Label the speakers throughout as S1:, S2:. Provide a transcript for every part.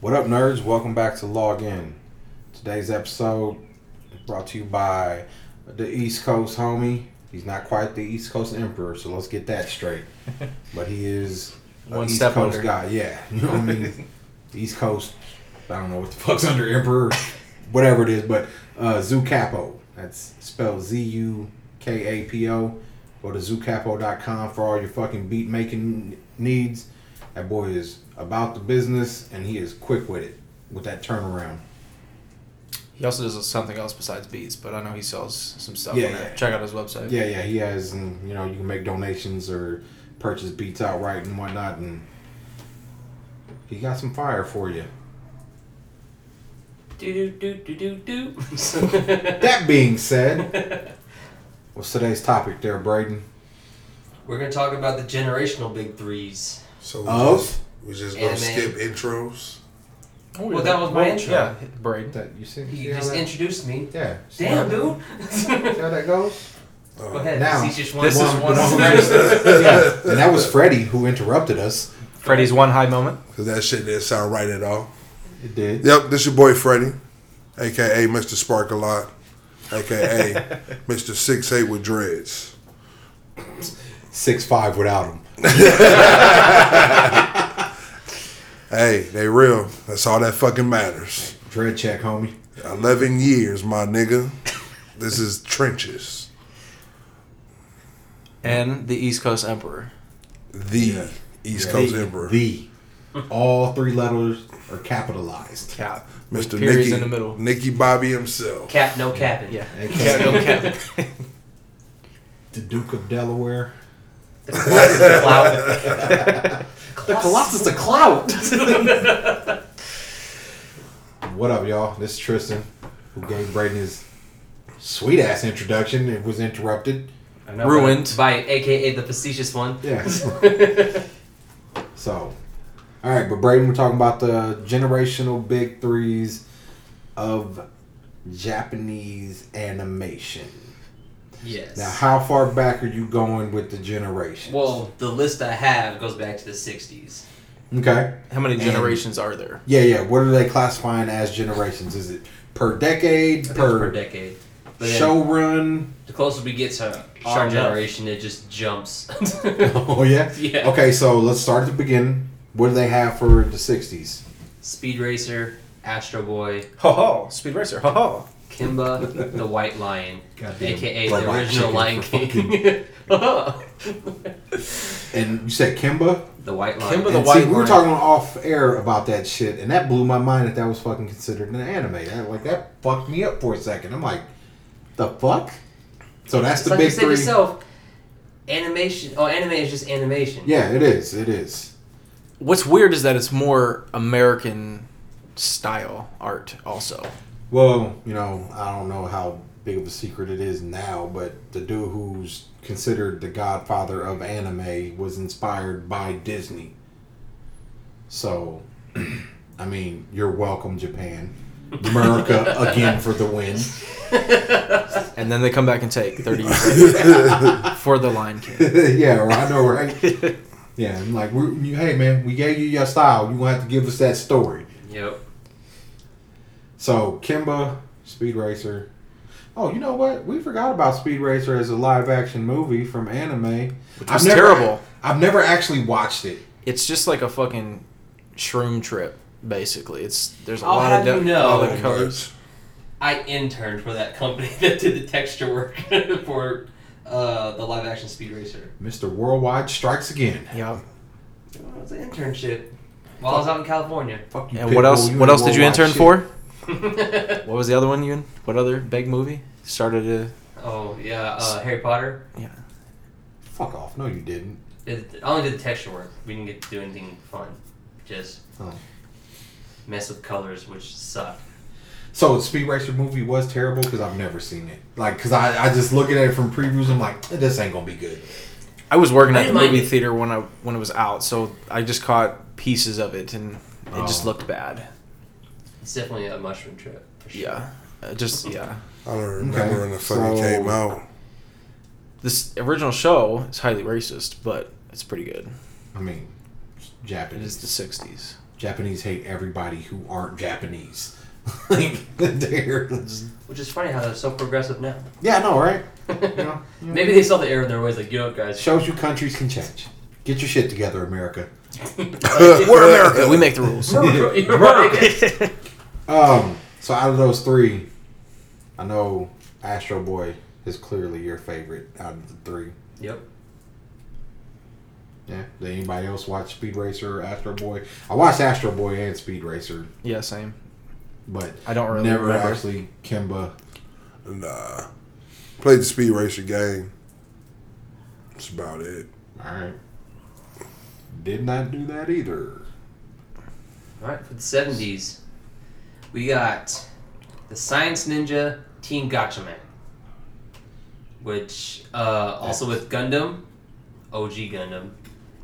S1: What up, nerds? Welcome back to Log In. Today's episode is brought to you by the East Coast homie. He's not quite the East Coast emperor, so let's get that straight. But he is a
S2: One
S1: East
S2: step
S1: Coast
S2: under.
S1: guy. Yeah, you know what I mean. East Coast. I don't know what the fuck's under emperor, whatever it is, but uh, Zoo Capo. That's spelled Z U K A P O. Go to zoocapo.com for all your fucking beat making needs. That boy is about the business and he is quick with it with that turnaround.
S2: He also does something else besides beats, but I know he sells some stuff.
S1: Yeah,
S2: on there.
S1: yeah.
S2: Check out his website.
S1: Yeah, yeah, he has, and you know, you can make donations or purchase beats outright and whatnot, and he got some fire for you.
S2: Do do do do do do.
S1: That being said, what's today's topic there, Braden?
S3: We're gonna talk about the generational big threes.
S4: So we
S1: Of?
S4: just, we just gonna
S3: Anime.
S4: skip intros.
S3: Well, that was my intro.
S2: Yeah, Braden.
S1: That you see? see
S3: You
S1: how
S3: just
S1: that-
S3: introduced me.
S1: yeah. see how
S3: Damn,
S1: that-
S3: dude.
S1: See how that goes?
S4: Uh,
S3: Go ahead.
S1: Now,
S3: This is just one.
S2: This is
S1: One-
S2: one.
S1: one- Yeah, and that was Freddie who interrupted us.
S2: Freddie's one high moment.
S4: Cause that shit didn't sound right at all.
S1: It did.
S4: Yep, this your boy Freddie, aka Mr. Spark a lot, aka Mr. Six Eight with dreads.
S1: Six five without him.
S4: Hey, they real. That's all that fucking matters.
S1: Dread check, homie.
S4: Eleven years, my nigga. This is trenches.
S2: And the East Coast Emperor.
S4: The East
S1: Yeah.
S4: Coast
S1: The-
S4: Emperor,
S1: The. All three letters are capitalized.
S2: Cap. With
S4: Mr.
S2: periods
S4: Nicky,
S2: in the middle.
S4: Nicky Bobby himself.
S3: Cap, no capping.
S2: Yeah.
S1: They
S2: Cap,
S1: came-
S2: no cap.
S1: The Duke of Delaware.
S3: The Colossus of Clout.
S1: The Colossus of Clout. what up, y'all? This is Tristan, who gave Braden his sweet ass introduction. It was interrupted.
S3: I know,
S2: Ruined.
S3: by AKA the facetious one.
S1: Yeah. so, all right, but Braden, we're talking about the generational big threes of Japanese animation.
S3: Yes.
S1: Now, how far back are you going with the generations?
S3: well, the list I have goes back to the '60s.
S1: okay.
S2: How many
S1: And-
S2: generations are there?
S1: Yeah, yeah. What are they classifying as generations? Is it per decade,
S3: I think it's
S1: per,
S3: per decade. But then
S1: show run?
S3: The closer we get to
S2: Sure
S3: our
S2: enough.
S3: generation, it just jumps.
S1: Oh yeah.
S3: Yeah.
S1: Okay, so let's start at the beginning. What do they have for the '60s?
S3: Speed Racer, Astro Boy,
S2: Ho ho. Speed Racer. Ho ho.
S3: Kimba, the White Lion,
S1: Goddamn
S3: aka
S1: robot
S3: the original
S1: chicken
S3: Lion
S1: for
S3: King.
S1: And you said Kimba.
S3: the White Lion.
S2: Kimba the
S1: And
S2: White
S1: see, we were
S2: Lion.
S1: talking off air about that shit, and that blew my mind that that was fucking considered an anime. I, like that fucked me up for a second. I'm like, the fuck. So that's
S3: It's
S1: the
S3: like you
S1: big
S3: said
S1: three.
S3: yourself, animation. Oh, anime is just animation.
S1: Yeah, it is. It is.
S2: What's weird is that it's more American style art also.
S1: Well, you know, I don't know how big of a secret it is now, but the dude who's considered the godfather of anime was inspired by Disney. So, I mean, you're welcome, Japan. America again for the win.
S2: And then they come back and take 30 years for the Lion King.
S1: yeah, right, I know, right? Yeah, I'm like, we you, hey, man, we gave you your style. You're going to have to give us that story.
S3: Yep.
S1: So Kimba, Speed Racer. Oh, you know what? We forgot about Speed Racer as a live action movie from anime. Which
S2: was terrible.
S1: I've never actually watched it.
S2: It's just like a fucking shroom trip, basically. It's there's a
S3: I'll
S2: lot of
S3: have you know-
S2: all
S4: Oh,
S2: the colors.
S3: I interned for that company that did the texture work for uh, the live action Speed Racer.
S1: Mr. Worldwide strikes again.
S2: Yeah.
S3: It was an internship while I was out in California.
S1: Fuck you.
S2: And
S1: Pitbull,
S2: what else?
S1: you and
S2: What else did you
S1: worldwide
S2: intern
S1: shit.
S2: for? What was the other one you in? What other big movie started to?
S3: oh yeah, uh, Harry Potter.
S2: Yeah.
S1: Fuck off. No, you didn't.
S3: It, I only did the texture work. We didn't get to do anything fun. Just
S1: Oh.
S3: mess with colors, which suck.
S1: So the Speed Racer movie was terrible because I've never seen it. Like, because I, I just looking at it from previews, I'm like, this ain't gonna be good.
S2: I was working
S3: I
S2: at the
S3: didn't mind
S2: movie
S3: it.
S2: theater when I when it was out, so I just caught pieces of it, and it just
S1: Oh.
S2: looked bad.
S3: It's definitely a mushroom trip. For sure.
S2: Yeah. Uh, just yeah.
S4: I don't remember
S1: Okay,
S4: when the fucking
S1: so-
S4: came out.
S2: This original show is highly racist, but it's pretty good.
S1: I mean,
S2: It is
S1: Japanese.
S2: the '60s.
S1: Japanese hate everybody who aren't Japanese. like they're just,
S3: Which is funny how they're so progressive now.
S1: yeah, I know, right? You know,
S3: Maybe they saw the error in their ways, like, get up, guys.
S1: shows you countries can change. Get your shit together, America.
S2: We're America. We make the rules.
S3: You're you're right.
S1: Um, so out of those three, I know Astro Boy is clearly your favorite out of the three.
S3: Yep.
S1: Yeah. Did anybody else watch Speed Racer or Astro Boy? I watched Astro Boy and Speed Racer,
S2: yeah, same.
S1: but
S2: I don't really
S1: never
S2: remember.
S1: actually Kimba.
S4: Nah. uh, Played the Speed Racer game. That's about it.
S1: All right. Did not do that either.
S3: All right, for the 70s, we got the Science Ninja Team Gotchaman, which uh, also with Gundam, OG Gundam,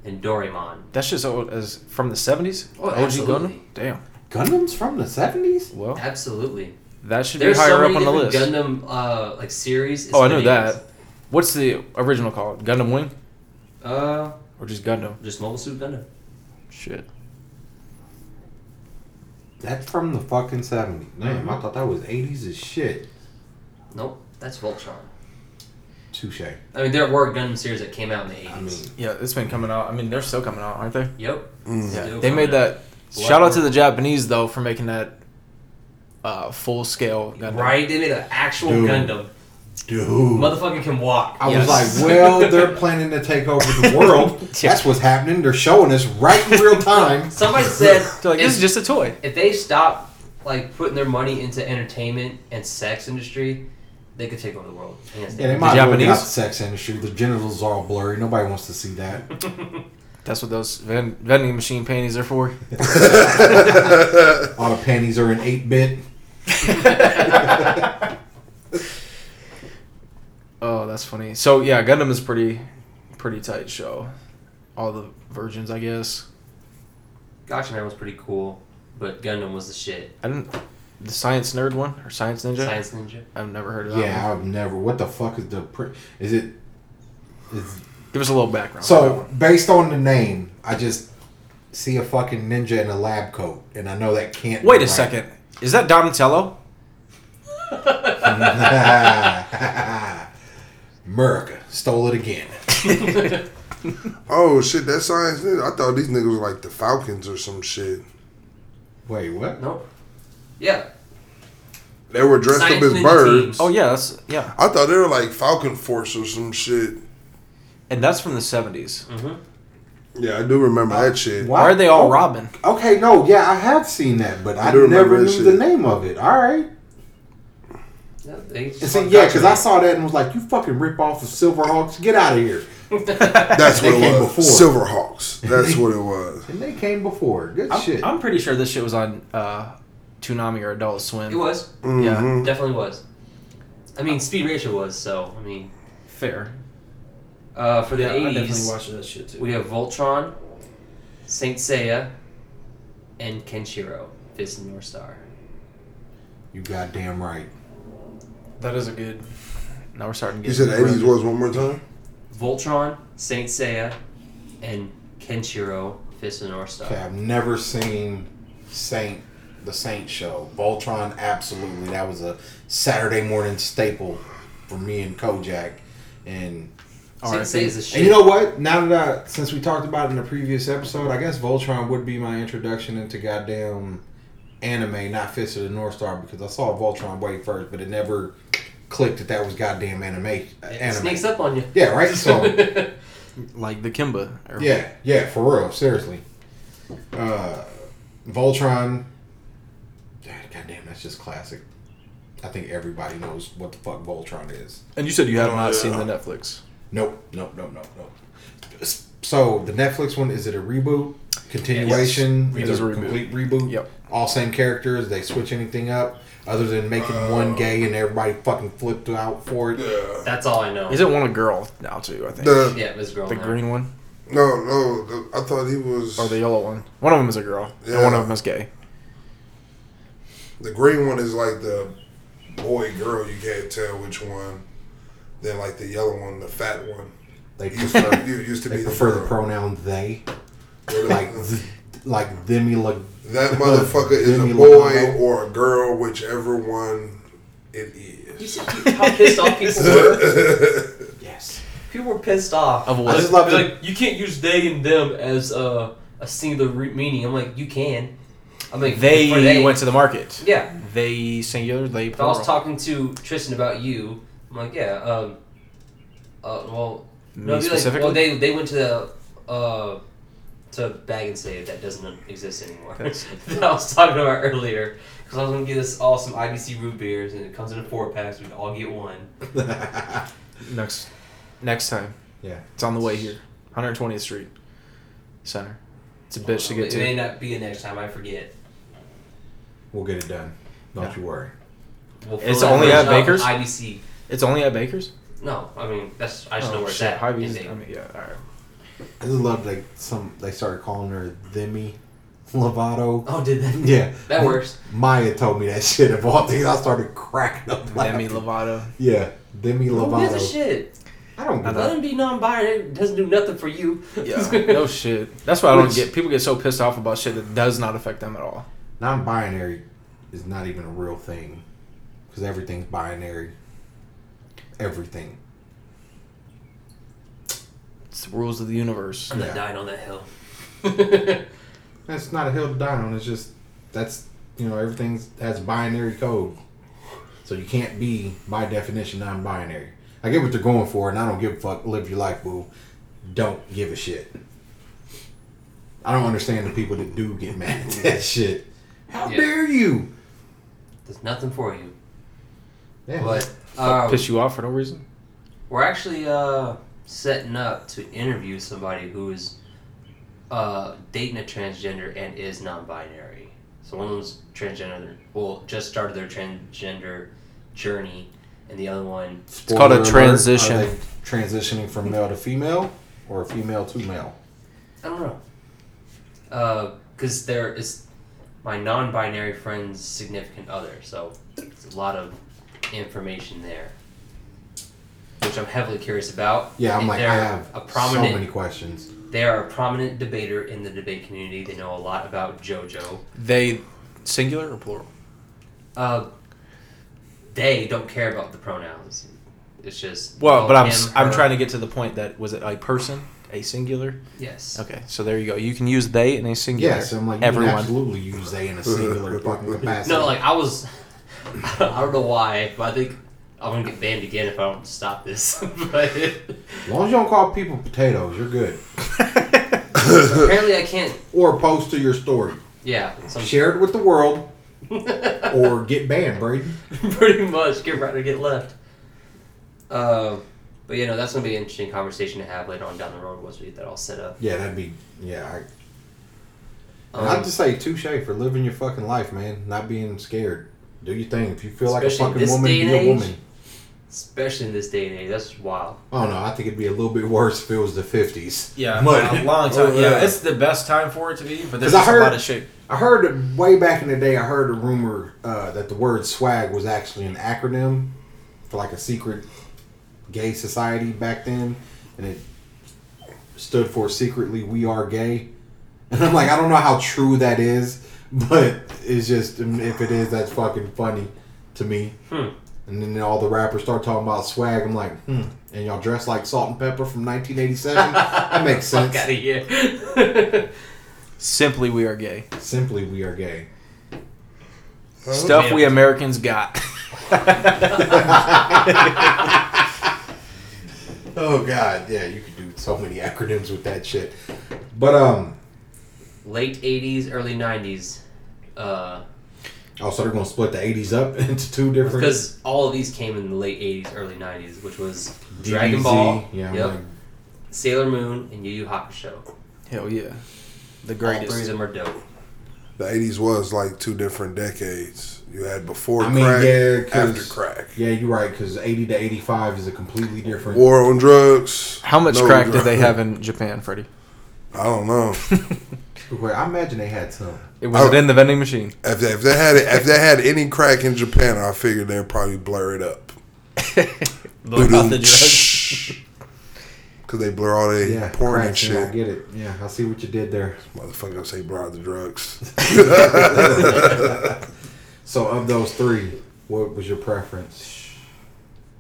S3: and Doraemon.
S2: That's just old as from the seventies.
S3: Oh, absolutely.
S2: Gundam. Damn.
S1: Gundam's from the seventies.
S2: Well,
S3: Absolutely.
S2: that Oh. should
S3: There's
S2: be
S3: so
S2: higher
S3: many
S2: up on the
S3: different
S2: list.
S3: Gundam uh, like series. It's
S2: oh, I know
S3: bananas.
S2: that. What's the original called? Gundam Wing
S3: Uh,
S2: or just Gundam?
S3: just Mobile Suit Gundam.
S2: Shit.
S1: That's from the fucking seventies. Damn, I thought that was eighties as shit.
S3: Nope, that's Voltron.
S1: Touche.
S3: I mean, there were Gundam series that came out in the 80s.
S1: I mean, mm,
S2: Yeah, it's been coming out. I mean, they're still coming out, aren't they?
S3: yep. Still
S2: They made
S3: coming out.
S2: that. Shout out to the Japanese though for making that uh, full scale Gundam.
S3: Right? They made an actual
S1: Dude.
S3: Gundam.
S1: dude.
S3: Motherfucker can walk.
S1: I
S2: Yes.
S1: was like, well, they're planning to take over the world.
S2: Yeah.
S1: That's what's happening. They're showing us right in real time.
S3: Somebody said
S2: So, like, this is
S3: if-
S2: just a toy.
S3: if they stop like putting their money into entertainment and sex industry, they could take over the world. Hands
S1: Yeah, they
S3: down.
S1: might have
S2: Japanese?
S1: got the sex industry. The genitals are all blurry. Nobody wants to see that.
S2: That's what those vend- vending machine panties are for.
S1: All the panties are in eight bit.
S2: Oh, that's funny. So yeah, Gundam is pretty, pretty tight show. All the virgins, I guess.
S3: Gotcha Man was pretty cool, but Gundam was the shit.
S2: I didn't. The science nerd one or science ninja.
S3: Science Ninja.
S2: I've never heard of that.
S1: Yeah,
S2: one.
S1: I've never. What the fuck is the? Pr- is it? Is,
S2: Give us a little background. on that
S1: so
S2: one.
S1: based on the name, I just see a fucking ninja in a lab coat, and I know that can't. be
S2: wait a
S1: right.
S2: second. Is that Donatello?
S1: America stole it again.
S4: Oh shit, that science ninja. I thought these niggas were like the Falcons or some shit.
S1: Wait, what?
S3: Nope. Yeah.
S4: They were dressed
S3: Science
S4: up as
S3: Ninja
S4: birds.
S3: teams.
S2: Oh yeah, that's yeah,
S4: I thought they were like Falcon Force or some shit.
S2: and that's from the seventies.
S3: Mm-hmm.
S4: Yeah, I do remember that shit.
S1: Why
S2: Why are they all
S1: oh,
S2: Robin?
S1: Okay, no, yeah, I have seen that, but I,
S4: do
S1: never
S4: remember
S1: knew
S4: that
S1: the
S4: shit.
S1: name of it. All right.
S3: Yeah, they
S1: And
S3: just
S1: see,
S3: want
S1: yeah,
S3: Gotcha
S1: because
S3: Man.
S1: I saw that and was like, you fucking rip off of Silverhawks. Get out of here.
S4: That's
S1: They
S4: what
S1: came
S4: it was.
S1: before.
S4: Silverhawks. That's what it was.
S1: And they came before. Good
S2: I'm,
S1: shit.
S2: I'm pretty sure this shit was on uh, Toonami or Adult Swim.
S3: It was.
S2: Yeah,
S4: Mm-hmm.
S3: Definitely was. I mean, Speed Racer was, so, I mean.
S2: fair.
S3: Uh, for the
S2: Yeah, I definitely
S3: 80s,
S2: watched that shit too.
S3: we have Voltron, Saint Seiya, and Kenshiro, Fist and North Star.
S1: you goddamn right.
S2: That is a good. Now we're starting to
S4: You
S2: get.
S4: said the 80s was one more time?
S3: Voltron, Saint Seiya, and Kenshiro, Fist of the North Star.
S1: Okay, I've never seen Saint the Saint show. Voltron, absolutely. That was a Saturday morning staple for me and Kojak. And
S3: Saint
S2: RIP.
S3: Seiya is a shit.
S1: and you know what? Now that I, since we talked about it in the previous episode, I guess Voltron would be my introduction into goddamn anime, not Fist of the North Star, because I saw Voltron way first, but it never clicked that that was goddamn anime. uh,
S3: it
S1: anime.
S3: sneaks up on you.
S1: Yeah, right. So
S2: like the Kimba. Or
S1: Yeah, yeah, for real, seriously. Uh, Voltron. God, goddamn, that's just classic. I think everybody knows what the fuck Voltron is.
S2: And you said you have
S1: Uh,
S4: Oh,
S2: not
S4: yeah.
S2: seen the Netflix.
S1: Nope, nope, nope, nope, nope. S- So the Netflix one is it a reboot, continuation,
S2: Yes, it
S1: is
S2: is
S1: it
S2: a
S1: a
S2: reboot.
S1: complete reboot?
S2: Yep.
S1: All same characters. They switch anything up other than making
S2: Uh,
S1: one gay and everybody fucking flipped out for it.
S4: Yeah.
S3: That's all I know.
S2: Is it one a girl now too? I think
S4: The,
S3: yeah, it was a girl.
S2: the
S3: now.
S2: green one
S4: no, no. The, I thought he was.
S2: or Oh, the yellow one. One of them is a girl. And one
S4: Yeah.
S2: of them is gay.
S4: The green one is like the boy girl. You can't tell which one. Then like the yellow one, the fat one.
S1: They
S4: Used to,
S1: prefer
S4: you used to
S1: they
S4: be
S1: prefer the
S4: girl.
S1: pronoun they.
S4: They're
S1: Like
S4: the-
S1: like Demula.
S4: That motherfucker is
S1: Demi
S4: a
S1: Lovato.
S4: boy or a girl, whichever one it
S3: You
S4: is.
S3: said you- how pissed off people were.
S4: That's
S1: Yes.
S3: People were pissed off.
S2: Of
S1: I
S2: what?
S1: just love
S3: They're
S1: it.
S3: like, you can't use they and them as a, a singular root meaning. I'm like, you can. I'm like,
S2: They,
S3: for
S2: went to the market.
S3: Yeah.
S2: They singular. They
S3: If I was
S2: plural.
S3: talking to Tristan about you, I'm like, yeah, um, uh, well,
S2: Me
S3: no, it'd be like,
S2: specifically.
S3: well, they, they went to the, uh, to Bag and Save that doesn't exist anymore.
S2: That's-
S3: that I was talking about earlier. Because I was going to get us all some IBC root beers, and it comes in a four pack, so we can all get one.
S2: next, next time.
S1: Yeah.
S2: It's on the way here. 120th Street Center. It's a bitch to
S3: it
S2: get to.
S3: may not be the next time, I forget.
S1: We'll get it done. Don't
S2: Yeah.
S1: you worry.
S3: We'll
S2: It's
S3: fill that
S2: only at
S3: version up with
S2: Baker's?
S3: IBC.
S2: It's only at Baker's.
S3: No, I mean that's I just know
S2: Oh,
S3: where it's
S2: shit.
S3: at.
S2: Hy-Vee's-
S3: in Dayton.
S2: I mean, yeah. All right.
S1: I just love like some they started calling her Demi Lovato.
S3: oh, did that?
S1: Yeah.
S3: that works.
S1: Maya told me that shit of all things. I started cracking up.
S2: Demi
S1: laughing.
S2: Lovato.
S1: Yeah, Demi
S3: Who gives a
S1: Lovato.
S3: shit?
S1: I don't.
S2: I
S1: give a-
S2: know.
S3: Let him be non-binary. It doesn't do nothing for you.
S2: Yeah. no shit. That's why I don't
S1: Which-
S2: get. People get so pissed off about shit that does not affect them at all.
S1: Non-binary is not even a real thing because everything's binary. Everything.
S2: It's the rules of the universe.
S3: I'm
S1: Yeah.
S3: not dying on that hill.
S1: That's not a hill to die on. It's just that's you know everything's has a binary code, so you can't be by definition non-binary. I get what they're going for, and I don't give a fuck. Live your life, boo. Don't give a shit. I don't understand the people that do get mad at that shit. How
S3: Yeah.
S1: dare you?
S3: There's nothing for you.
S1: Yeah.
S3: But um,
S2: Piss you off for no reason.
S3: we're actually uh, setting up to interview somebody who is uh, dating a transgender and is non-binary. So one of them's transgender. Well, just started their transgender journey, and the other one
S1: Spoiler
S2: called a
S1: alert,
S2: transition.
S1: Are they transitioning from male to female or female to male?
S3: I don't know. Because there is my non binary friend's significant other, so it's a lot of information there. Which I'm heavily curious about.
S1: Yeah, I'm
S3: And
S1: like I
S3: they're
S1: have
S3: a
S1: so
S3: prominent.
S1: many questions.
S3: They are a prominent debater in the debate community. They know a lot about JoJo.
S2: They singular or plural?
S3: Uh, they don't care about the pronouns. It's just
S2: Well,
S3: oh,
S2: but I'm
S3: him,
S2: s- I'm
S3: her.
S2: trying to get to the point that was it a person, a singular?
S3: yes.
S2: Okay, so there you go. You can use they and a singular.
S1: Yes, I'm like you
S2: everyone.
S1: Can absolutely use they in a singular fucking capacity.
S3: No, like I was. I don't know why, but I think I'm gonna get banned again if I don't stop this. but
S1: as long as you don't call people potatoes, you're good.
S3: apparently, I can't.
S1: Or post to your story,
S3: Yeah, so I'm-
S1: share it with the world, or get banned, Brady.
S3: pretty much get right or get left. Uh, but you know that's gonna be an interesting conversation to have later on down the road once we get that all set up.
S1: Yeah, that'd be yeah. I,
S3: Um,
S1: I'd just say touche for living your fucking life, man. Not being scared. Do your thing. If you feel like a
S3: Especially
S1: fucking
S3: this
S1: woman,
S3: day and
S1: be a
S3: age.
S1: woman.
S3: especially in this day and age, that's wild.
S1: I don't know. I think it'd be a little bit worse if it was the fifties.
S2: Yeah,
S1: But-
S2: a long time.
S4: Oh,
S2: yeah.
S4: yeah.
S2: it's the best time for it to be, but there's
S1: 'Cause I
S2: just a
S1: heard-
S2: lot of shit.
S1: I heard that way back in the day. I heard a rumor uh, that the word swag was actually an acronym for like a secret gay society back then, and it stood for secretly we are gay. And I'm like, I don't know how true that is, but it's just um, if it is, that's fucking funny to me.
S3: Hmm.
S1: And then all the rappers start talking about swag. I'm like, hmm. And y'all dress like Salt and Pepper from 1987. that makes sense.
S3: Fuck out of here.
S2: Simply, we are gay.
S1: Simply, we are gay.
S2: Stuff we
S3: man.
S2: Americans got.
S1: Oh God, yeah, you could do so many acronyms with that shit. But um,
S3: Late '80s, early '90s. Uh,
S1: oh, so they're gonna split the '80s up into two different
S3: Because all of these came in the late '80s, early '90s, which was
S1: DBZ.
S3: Dragon Ball,
S1: Yeah, I'm
S3: yep.
S1: like,
S3: Sailor Moon, and Yu Yu Hakusho.
S2: Hell yeah, the
S3: All three of
S2: greatest.
S3: them are dope.
S4: The eighties was like two different decades. You had before
S1: I mean,
S4: crack,
S1: yeah, 'cause-
S4: after crack.
S1: yeah, you're right. Because '80 to '85 is a completely different.
S4: War on drugs.
S2: How much
S4: no
S2: crack
S4: drug-
S2: did they have in Japan, Freddie?
S4: I don't know.
S1: Well, I imagine they had some.
S2: It was it in the vending machine.
S4: If they, if they had it, if they had any crack in Japan, I figured they'd probably blur it up.
S2: About the drugs.
S4: because they blur all their
S1: Yeah,
S4: porn and
S1: cracks in, I
S4: shit.
S1: get it. Yeah, I see what you did there.
S4: Motherfucker, say blur out the drugs.
S1: So of those three, what was your preference?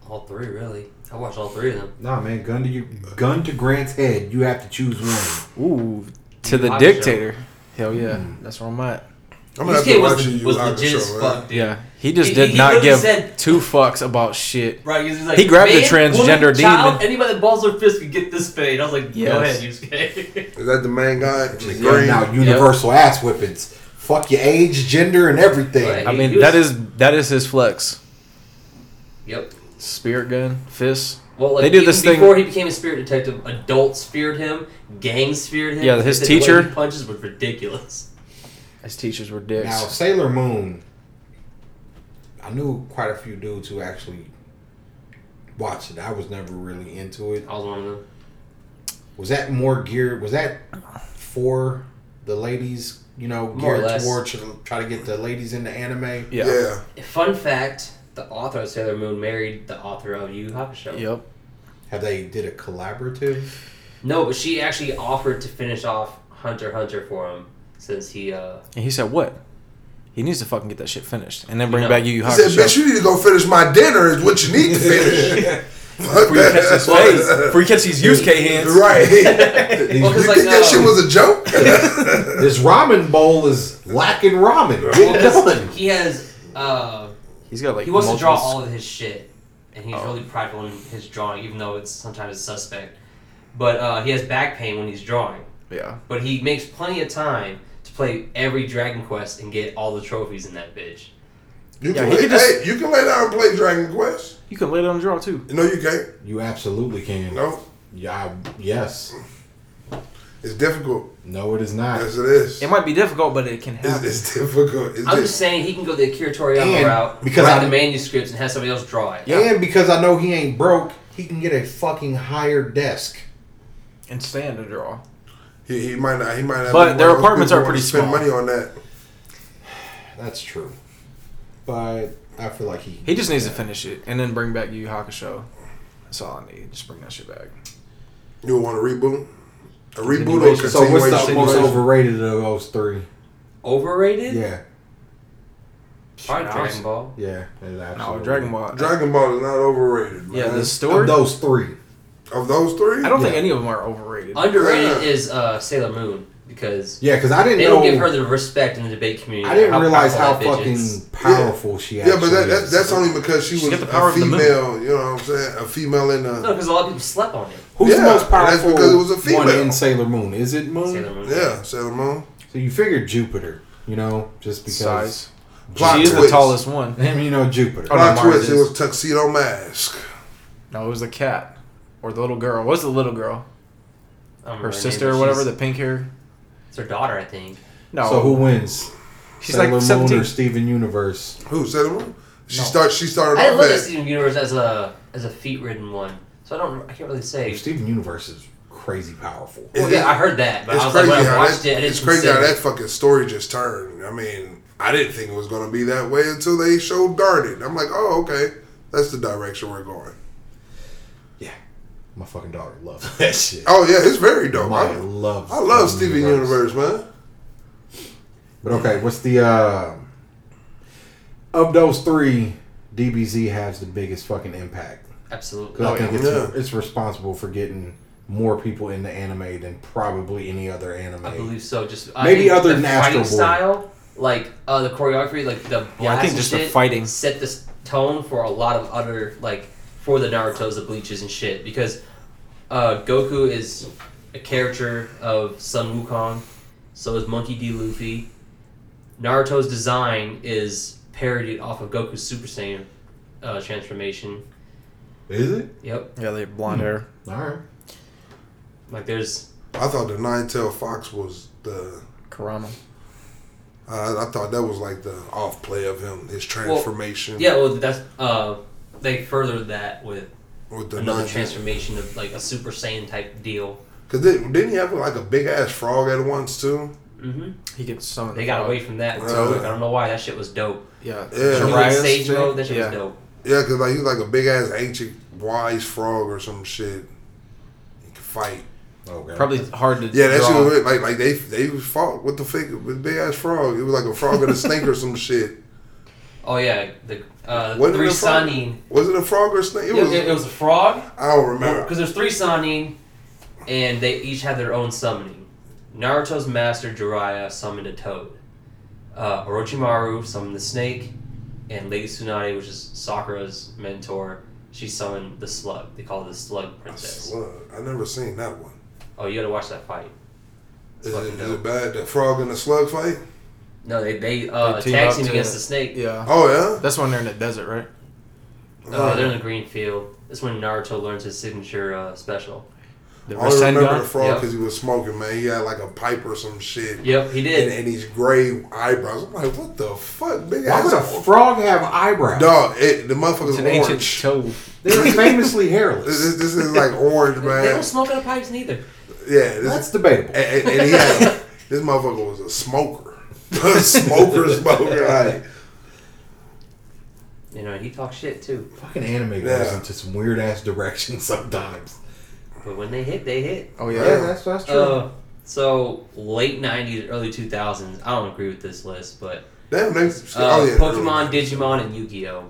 S3: All three, really. I watched all three of them.
S1: Nah, man, gun to you, gun to Grant's head. You have to choose one.
S2: Ooh, to the
S3: Hot show.
S2: dictator. Hell yeah, that's where I'm at.
S4: I'm
S3: This kid was,
S4: you
S3: was
S4: out the
S3: legit
S4: show,
S3: as
S4: man.
S3: fuck, dude.
S2: Yeah, he just
S3: He-
S2: did
S3: he
S2: not
S3: literally
S2: give
S3: said-
S2: two fucks about shit.
S3: Right, 'cause he's like,
S2: He grabbed the
S3: man,
S2: transgender
S3: woman, child,
S2: demon.
S3: Anybody that balls their fist could get this paid. I was like, go
S2: Yes.
S3: ahead, Yusuke.
S4: Is that the main guy? in The
S1: Yeah,
S4: green.
S1: now universal ass whippings. Fuck your age, gender, and everything.
S3: Right.
S2: I
S3: He-
S2: mean,
S3: he
S2: that
S3: was-
S2: is that is his flex.
S3: yep.
S2: Spirit gun, fist.
S3: Well, like,
S2: They do
S3: even
S2: this thing-
S3: before he became a spirit detective. Adults feared him. Gangs feared him.
S2: Yeah, his
S3: The way
S2: teacher-
S3: he punches was ridiculous.
S2: His teachers were
S1: Now
S2: dicks.
S1: Sailor Moon, I knew quite a few dudes who actually watched it. I was never really into it.
S3: I was one of them.
S1: Was that more geared? Was that for the ladies? You know,
S3: More or
S1: geared
S3: less.
S1: towards to try to get the ladies into anime.
S2: Yeah.
S4: yeah.
S3: Fun fact: the author of Sailor Moon married the author of Yu Yu Hakusho.
S2: Yep.
S1: Have they did a collaborative?
S3: No, but she actually offered to finish off Hunter x Hunter for him since he uh
S2: And he said, "What? He needs to fucking get that shit finished, and then bring
S3: No.
S2: back Yu Yu
S4: He said, "Bitch,
S2: Hakusho."
S4: you need to go finish my dinner. Is what you need to finish." Fuck
S2: Before you catch his
S4: that.
S2: face, before you catch these Yusuke hands.
S4: Right.
S3: Well,
S4: you
S3: 'cause, like,
S4: think that
S3: uh,
S4: shit was a joke?
S1: This ramen bowl is lacking ramen. Get it
S3: well,
S1: done.
S3: 'cause he has uh
S2: He's got like
S3: he wants to draw
S2: multiple-
S3: all of his shit and he's
S2: Oh.
S3: really prideful in his drawing even though it's sometimes suspect. But uh he has back pain when he's drawing.
S2: Yeah.
S3: But he makes plenty of time to play every Dragon Quest and get all the trophies in that bitch.
S4: You
S2: Yeah,
S4: can,
S2: he
S4: lay,
S2: could just-
S4: hey, you can lay down and play Dragon Quest.
S2: You can lay down and draw too.
S4: No, you can't.
S1: You absolutely can.
S4: No,
S1: Yeah. I- Yes.
S4: it's difficult.
S1: No, it is not.
S4: Yes, it is.
S2: It might be difficult, but it can
S4: It's,
S2: happen.
S4: it's difficult. It's
S3: I'm
S4: just,
S3: just saying he can go the Akira Toriyama
S1: And
S3: route,
S1: because
S3: write
S1: I-
S3: the manuscripts and have somebody else draw it.
S2: Yeah.
S1: And because I know he ain't broke, he can get a fucking higher desk.
S2: and stand to draw.
S4: he, he might not. He might not.
S2: But
S4: be one
S2: their
S4: of those
S2: apartments
S4: people
S2: are
S4: who wanna
S2: pretty
S4: spend
S2: small.
S4: money on that.
S1: That's true. But I feel like he.
S2: He just needs to finish it and then bring back Yu Yu Hakusho. That's all I need. Just bring that shit back.
S4: You want a reboot? A reboot or
S2: Continuation.
S4: continuation?
S1: So what's the most
S4: Continuation.
S1: overrated of those three?
S3: Overrated?
S1: Yeah,
S3: Probably
S2: Shit, I was-
S3: Dragon Ball.
S1: yeah. and
S2: No,
S1: absolutely.
S2: Dragon Ball.
S4: Dragon Ball is not overrated. Man.
S2: yeah, the
S1: Of
S2: story. I
S1: those three,
S4: of those three,
S2: don't think
S1: Yeah.
S2: any of them are overrated.
S3: Underrated
S4: Yeah.
S3: is uh, Sailor Moon because
S1: yeah, because I didn't
S3: they
S1: know.
S3: don't give her the respect in the debate community.
S1: I didn't
S3: how
S1: realize how
S3: powerful that bitch
S1: fucking
S3: is.
S1: powerful she.
S4: Yeah,
S1: Actually
S4: but that, that,
S1: is.
S4: that's only because she
S2: She got
S4: was
S2: the power
S4: a
S2: of the moon.
S4: female. You know what I'm saying? A female in
S3: No,
S4: a
S3: because a lot of people slept on it.
S1: who's the
S4: Yeah,
S1: most
S4: and that's
S1: powerful.
S4: because it was a female.
S1: one in Sailor Moon. Is it Moon?
S3: Sailor Moon.
S4: Mm, yeah Sailor Moon.
S1: So you figure Jupiter, you know, just because.
S2: Size.
S4: Plot
S2: she is the
S4: twist.
S2: tallest one.
S1: And you know Jupiter.
S2: Oh, no.
S4: Plot
S2: Mars
S4: twist. It
S2: is.
S4: was tuxedo mask.
S2: No, it was the cat or the little girl. What's the little girl?
S3: I don't remember
S2: Her
S3: name,
S2: sister
S3: but
S2: or whatever.
S3: she's-
S2: The pink hair.
S3: It's her daughter, I think.
S2: No.
S1: So who wins?
S2: she's
S1: Sailor
S2: like
S1: Moon or
S2: seventeen.
S1: Steven Universe?
S4: Who Sailor Moon? She
S2: No.
S4: start. She started
S3: I didn't
S4: off
S3: look at
S4: as
S3: Steven Universe as a as a feet ridden one, so I don't. I can't really say.
S1: Steven Universe is crazy powerful.
S3: Well,
S4: It-
S3: yeah, I heard that, but I
S4: It's
S3: was
S4: crazy
S3: like, when I
S4: how
S3: watched it, I
S4: that,
S3: didn't
S4: it's crazy how
S3: consider
S4: that
S3: it.
S4: fucking story just turned. I mean, I didn't think it was gonna be that way until they showed Darted. I'm like, oh okay, that's the direction we're going.
S1: My fucking daughter loves that shit.
S4: Oh yeah, it's very dope.
S1: My
S4: I,
S1: loves.
S4: I love Steven Universe. man.
S1: But okay, what's the uh, of those three? DBZ has the biggest fucking impact
S3: Absolutely.
S1: because
S2: Oh,
S1: I think
S4: yeah.
S1: it's,
S4: Yeah.
S1: it's responsible for getting more people into anime than probably any other anime.
S3: I believe so. Just I
S1: Maybe
S3: think
S1: other
S3: the
S1: than Astro
S3: fighting
S1: Boy.
S3: style, like uh, the choreography, like the blast
S2: Yeah, I think
S3: and
S2: just the
S3: shit,
S2: fighting.
S3: set the s- tone for a lot of other like for the Naruto's, the Bleaches and shit because uh, Goku is a character of Sun Wukong, so is Monkey D. Luffy. Naruto's design is parodied off of Goku's Super Saiyan uh, transformation.
S1: Is it?
S3: Yep,
S2: Yeah, they have blonde hair.
S1: All right.
S3: like there's
S4: I thought the Nine Tail Fox was the.
S2: Karama.
S4: I I thought that was like the off play of him, his transformation.
S3: yeah, well that's uh, they furthered that with
S4: with the
S3: another
S4: Nine
S3: transformation of like a Super Saiyan type deal.
S4: Cause they, didn't he have like a big ass frog at once too?
S3: hmm
S2: He gets summoned.
S3: They got away from that. So I don't know why that shit was dope.
S2: Yeah.
S3: When
S4: Yeah.
S3: he went
S2: Jiraiya's
S3: Sage
S2: thing?
S3: mode, that shit
S2: yeah.
S3: was dope.
S4: Yeah, cause like he's like a big ass ancient wise frog or some shit. He can fight.
S1: Okay.
S2: Probably hard to.
S4: Yeah, that shit
S2: draw.
S4: was weird. like like they they fought with the fake with big ass frog. It was like a frog and a snake or some shit.
S3: Oh yeah, the uh,
S4: Wasn't it
S3: three
S4: a frog?
S3: Sanine.
S4: Was it a frog or a snake? It
S3: Yeah,
S4: was.
S3: It, it was a frog
S4: I don't remember.
S3: because there's three Sanine, and they each have their own summoning. Naruto's master Jiraiya summoned a toad. Uh, Orochimaru summoned the snake, and Lady Tsunade, which is Sakura's mentor, she summoned the slug. They call it the Slug
S4: I
S3: Princess.
S4: swear, I never seen that one.
S3: Oh, you gotta watch that fight. It's
S4: Is it,
S3: fucking
S4: is it
S3: dope.
S4: bad? The frog and the slug fight?
S3: No, they they uh,
S2: They team
S3: tags
S2: up
S3: him
S2: to-
S3: against the snake.
S2: Yeah,
S4: Oh
S2: that's when they're in the desert, right?
S4: yeah.
S3: Uh, they're in the green field. That's when Naruto learns his signature uh, special.
S2: The
S4: I only remember the
S2: Rasengan.
S4: frog
S3: Yeah.
S4: because he was smoking. Man, he had like a pipe or some shit.
S3: Yep, he did.
S4: And, and these gray eyebrows. I'm like, what the fuck, big
S1: Why
S4: ass?
S1: would a frog have eyebrows?
S4: Dog, it,
S2: It's
S4: the motherfucker's
S2: an
S4: orange.
S2: ancient toad.
S1: They were famously
S4: This,
S1: hairless.
S4: this, this is like orange,
S3: They- They
S4: man.
S3: don't smoke out of pipes neither.
S4: Yeah, this,
S1: That's debatable.
S4: and, and- and he had this motherfucker was a smoker, smoker, smoker. Like,
S3: You know, he talks shit too.
S1: Fucking anime
S4: Yeah.
S1: goes into some weird ass directions sometimes.
S3: But when they hit, they hit.
S2: Oh
S4: Yeah.
S2: yeah.
S1: that's that's
S3: Uh, so late '90s, early 2000s. I don't agree with this list, but
S4: damn, they,
S3: uh,
S4: oh yeah,
S3: Pokemon, Digimon, and Yu-Gi-Oh.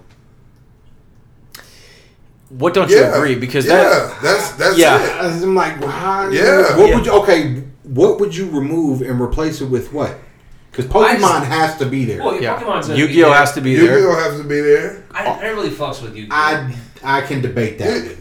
S2: What don't
S4: Yeah.
S2: you agree? Because
S4: yeah,
S2: that
S4: that's that's
S2: Yeah.
S4: it.
S1: I'm like, why?
S4: Yeah.
S1: What
S2: Yeah.
S1: would you? Okay, what would you remove and replace it with what? Because
S3: I
S1: Pokemon
S3: just-
S1: has to be there.
S3: Well,
S2: yeah,
S3: Pokemon's gonna be
S2: Yu-Gi-Oh
S3: there.
S2: has to be
S4: You
S2: there.
S4: don't have to be there.
S3: I, I don't really fucks with Yu-Gi-Oh. I,
S1: I I can debate that.
S3: don't really.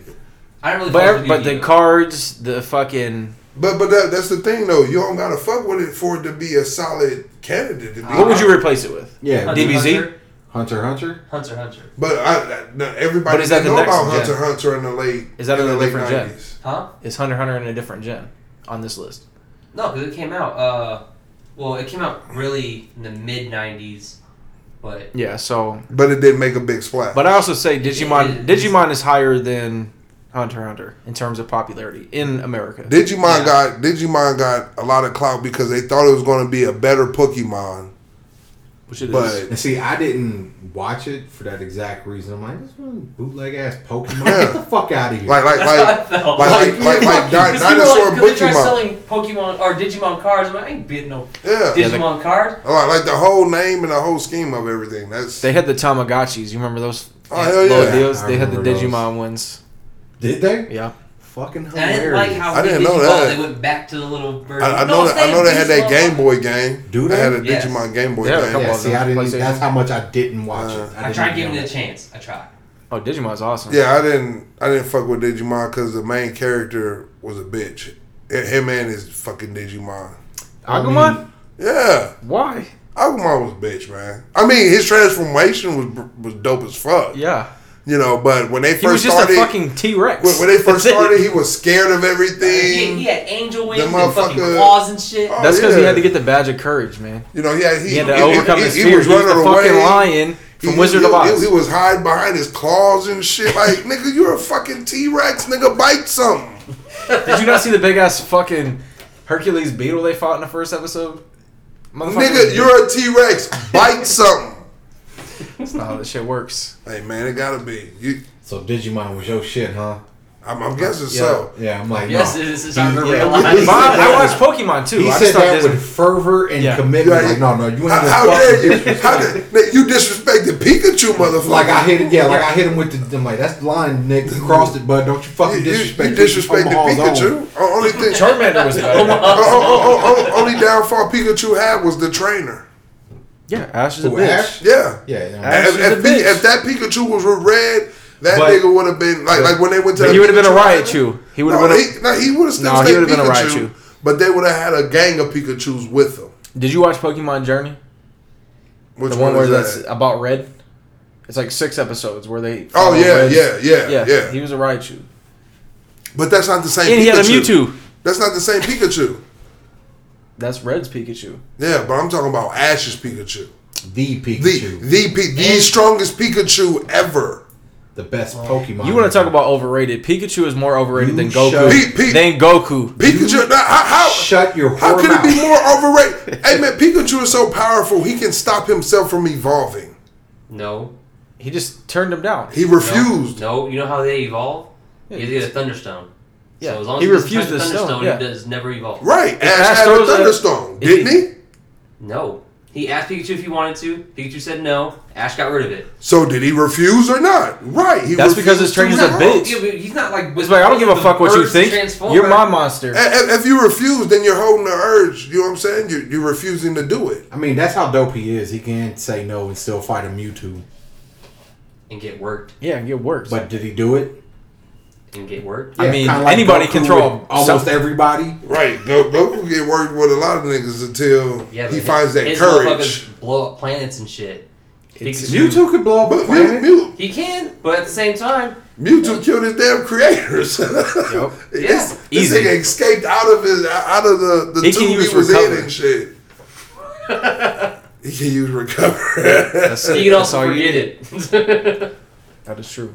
S3: fucks
S2: But
S3: with
S2: but the
S3: Yu-Gi-Oh.
S2: cards, the fucking
S4: But but that, that's the thing though. You don't gotta fuck with it for it to be a solid candidate. To be
S2: what would you replace it with?
S1: Yeah,
S3: Hunter,
S2: DBZ?
S3: Hunter,
S1: Hunter Hunter.
S3: Hunter, Hunter,
S4: But I, I- everybody
S2: But is that
S4: didn't
S2: the
S4: know about
S2: next
S4: Hunter
S2: gen?
S4: Hunter in the late.
S2: Is that
S4: in
S2: in
S4: the
S2: a
S4: late
S2: different gen?
S4: 90s.
S3: huh?
S2: Is Hunter x Hunter in a different gen on this list?
S3: No, because it came out. Uh, well, it came out really in the mid '90s, but
S2: Yeah. So,
S4: But it did make a big splash.
S2: but I also say Digimon.
S3: It is.
S2: Digimon is higher than Hunter x Hunter in terms of popularity in America.
S4: Digimon
S3: Yeah.
S4: got Digimon got a lot of clout because they thought it was going to be a better Pokemon.
S2: Which it is.
S4: But
S1: And see, I didn't watch it for that exact reason. I'm like, this one bootleg ass Pokemon.
S4: Yeah.
S1: Get the fuck out of here.
S4: like like
S3: That's how I felt.
S4: like like like like, like di-
S3: Because people
S4: dinosaur
S3: like, 'cause they tried
S4: Pokemon.
S3: selling Pokemon or Digimon cards. I'm like, I ain't bid no
S4: Yeah,
S2: Yeah,
S3: Digimon card.
S4: like, like the whole name and the whole scheme of everything. That's
S2: They had the Tamagotchis. You remember those?
S4: Oh, hell
S2: little
S4: yeah.
S2: deals?
S1: I
S2: They had the
S1: remember those.
S2: Digimon ones.
S1: Did they?
S2: Yeah.
S1: Fucking
S3: And I
S1: hilarious.
S3: didn't like how
S4: I
S3: they
S4: didn't
S3: did
S4: know
S3: Digimon,
S4: that.
S3: They went back to the little bird.
S4: I, I
S3: No,
S4: know that, I
S3: stay
S4: know they had that
S3: Digimon.
S4: Game Boy game.
S1: Do
S4: They
S1: they?
S4: had a
S3: Yes.
S4: Digimon Game Boy
S2: They had a
S4: game.
S2: couple
S1: yeah,
S2: of
S1: see,
S2: them.
S1: I didn't.
S2: PlayStation.
S1: That's how much I didn't watch
S4: Uh,
S1: it.
S3: I
S1: didn't
S3: tried
S1: even
S3: giving
S1: know.
S3: it a chance. I tried.
S2: Oh, Digimon's awesome.
S4: Yeah, I didn't I didn't fuck with Digimon because the main character was a bitch. H- Him and his fucking Digimon.
S2: Agumon?
S4: Yeah,
S2: Why?
S4: Agumon was a bitch, man. I mean, his transformation was br- was dope as fuck.
S2: Yeah.
S4: You know, but when they
S2: He was
S4: first
S2: just
S4: started,
S2: a fucking T Rex.
S4: when, when they first started, he was scared of
S3: He,
S4: everything.
S3: he had angel wings and
S4: motherfucker-
S3: fucking claws and shit.
S4: Oh,
S2: That's because he
S4: yeah.
S2: had to get the badge of courage, man.
S4: You know, he had he,
S2: He had to
S4: he-
S2: overcome
S4: he-
S2: his
S4: he
S2: fears. He was,
S4: was running
S2: the fucking
S4: away.
S2: lion from
S4: He-
S2: Wizard
S4: he,
S2: of Oz.
S4: He, he was hiding behind his claws and shit. Like, nigga, you're a fucking T Rex. Nigga, bite something.
S2: Did you not see the big ass fucking Hercules beetle they fought in the first episode?
S4: nigga, you're a T Rex. Bite something.
S2: That's not how this shit works.
S4: Hey man, it gotta be. You,
S1: So Digimon was your shit, huh?
S4: I'm, I'm guessing so.
S1: Yeah, I'm like,
S3: Yes,
S1: no.
S3: this is our
S1: He-
S3: real
S1: yeah,
S3: life.
S1: he
S2: But
S1: said
S2: I, I
S1: that-
S2: watched Pokemon too.
S1: He
S2: I
S1: said
S2: just thought
S1: that
S2: Disney-
S1: with fervor and
S2: Yeah.
S1: commitment.
S4: Yeah.
S1: Like, no, no, you ain't
S4: How,
S1: gonna
S4: how
S1: fuck
S4: dare
S1: with
S4: you? How dare, nigga, you disrespected Pikachu, motherfucker?
S1: Like I hit it, yeah. Like I hit him with the. I'm like, that's blind, Nick. Crossed it, bud. Don't you
S4: You,
S1: fucking
S4: you,
S1: disrespect.
S4: you
S1: me. Omaha's
S4: disrespected
S1: own.
S4: Pikachu. O- Only thing, oh,
S2: Charmander was better.
S4: oh, oh, oh, only downfall Pikachu had was the trainer.
S2: Yeah, Ash is a
S1: Who,
S2: bitch.
S1: Ash?
S4: Yeah.
S1: Yeah, yeah.
S2: Ash-
S4: if,
S2: She's a
S4: if, Pi-
S2: bitch.
S4: if that Pikachu was with red, that
S1: But-
S4: nigga would have been like like when they went to.
S2: But
S4: that
S2: he would have been a
S4: Pikachu island,
S2: Raichu. He would have
S4: no,
S2: been. A,
S4: he- no, he would have still
S2: No, he
S4: stayed
S2: would've been a
S4: Pikachu,
S2: Raichu.
S4: but they would have had a gang of Pikachu's with them.
S2: Did you watch Pokemon Journey?
S4: Which
S2: the one,
S4: is
S2: where that's
S4: that?
S2: about Red. It's like six episodes where they.
S4: Oh
S2: follow
S4: yeah,
S2: Red.
S4: yeah, yeah, yeah,
S2: He was a Raichu,
S4: But that's not the same.
S2: and
S4: Pikachu.
S2: he had a Mewtwo.
S4: That's not the same Pikachu.
S2: That's Red's Pikachu.
S4: Yeah, but I'm talking about Ash's Pikachu.
S1: The
S4: The
S1: Pikachu, the,
S4: the Pi- the strongest Pikachu ever.
S1: best Pokemon.
S2: Oh. You want to talk about overrated? Pikachu is more overrated than
S1: You shut-
S2: Goku.
S4: Pete, Pete.
S2: Than Goku.
S4: Pikachu. Now, how, how,
S1: Shut your
S4: how
S1: whore
S4: could it be
S1: mouth.
S4: more overrated? hey man, Pikachu is so powerful he can stop himself from evolving.
S3: No,
S2: He just turned him down.
S4: He refused.
S3: No, you know how they evolve? You
S2: Yeah.
S3: get a Thunderstone.
S2: Yeah,
S3: So as long
S2: he
S3: as doesn't
S2: refused
S3: touch
S2: to sell,
S3: Thunderstone,
S2: yeah.
S3: he does never evolve.
S4: Right,
S2: Ash
S4: Ash had a
S2: throws a-
S4: thunderstorm,
S3: He
S4: didn't he?
S3: did. No. He asked Pikachu if he wanted to. Pikachu said no. Ash got rid of it.
S4: So did he refuse or not? Right, he
S2: That's because his
S4: refused to
S2: trainer's a
S4: not.
S2: bitch.
S3: Yeah, but he's not like.
S2: It's like I don't give a
S3: the
S2: fuck what you
S3: birds
S2: think.
S3: transform.
S2: You're my monster.
S4: If, if- if you refuse, then you're holding the urge. You know what I'm saying? You're, you're refusing to do it.
S1: I mean, that's how dope he is. He can say no and still fight a Mewtwo.
S3: and get worked
S2: Yeah, and get worse.
S1: But did he do it?
S3: and get worked.
S2: I mean, anybody can
S1: Goku
S2: throw
S1: with
S2: a-
S1: almost
S2: some-
S1: everybody.
S4: Right, Go- Goku get worked with a lot of niggas until
S3: Yeah, but
S4: he
S3: his-
S4: finds that
S3: his
S4: courage.
S3: motherfuckers blow up planets and shit.
S2: It's-
S3: Pikachu-
S1: Mewtwo could blow up a
S4: But Mew,
S1: planet.
S4: Mew,
S3: He can, but at the same time,
S4: Mewtwo killed his damn creators. this, this
S2: Easy.
S4: nigga escaped out of his out of the the
S2: He
S4: tube
S2: can
S4: he
S2: use
S4: was
S2: recover.
S4: in and shit. he can use recover.
S2: that's
S3: he
S2: it.
S3: can
S2: That's
S3: also
S2: all you
S3: forget
S2: need.
S3: it.
S2: That is true.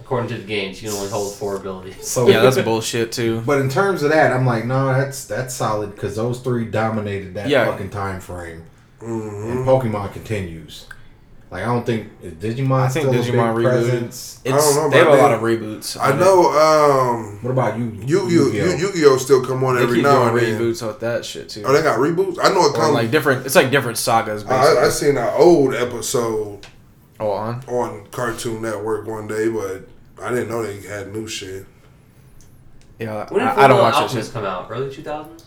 S3: According to the games, you can only hold four abilities.
S1: So
S2: Yeah, that's bullshit too.
S1: But in terms of that, I'm like, no, that's that's solid because those three dominated that
S2: Yeah.
S1: fucking time frame.
S4: Mhm.
S1: And Pokemon continues. Like I don't think is Digimon
S2: I think
S1: still a
S2: Digimon
S1: big
S2: rebooted.
S1: presence.
S2: It's,
S4: don't know
S2: they have
S4: about
S2: a lot
S4: that.
S2: of reboots.
S4: I know. Um,
S1: What about you?
S4: Yu Yu
S1: Yu-Gi-Oh?
S4: Yu Gi Oh still come on
S2: They
S4: every
S2: keep
S4: now and
S2: doing
S4: then.
S2: reboots with that shit too.
S4: Oh, they got reboots. I know it
S2: Or
S4: comes.
S2: like different. It's like different sagas. Basically.
S4: I, I seen an old episode
S2: oh, on.
S4: on Cartoon Network one day, but I didn't know they had new shit.
S2: Yeah,
S3: When did
S2: I, I don't
S3: Fullmetal
S2: watch that
S3: Alchemist
S2: shit.
S3: come out? Early 2000s?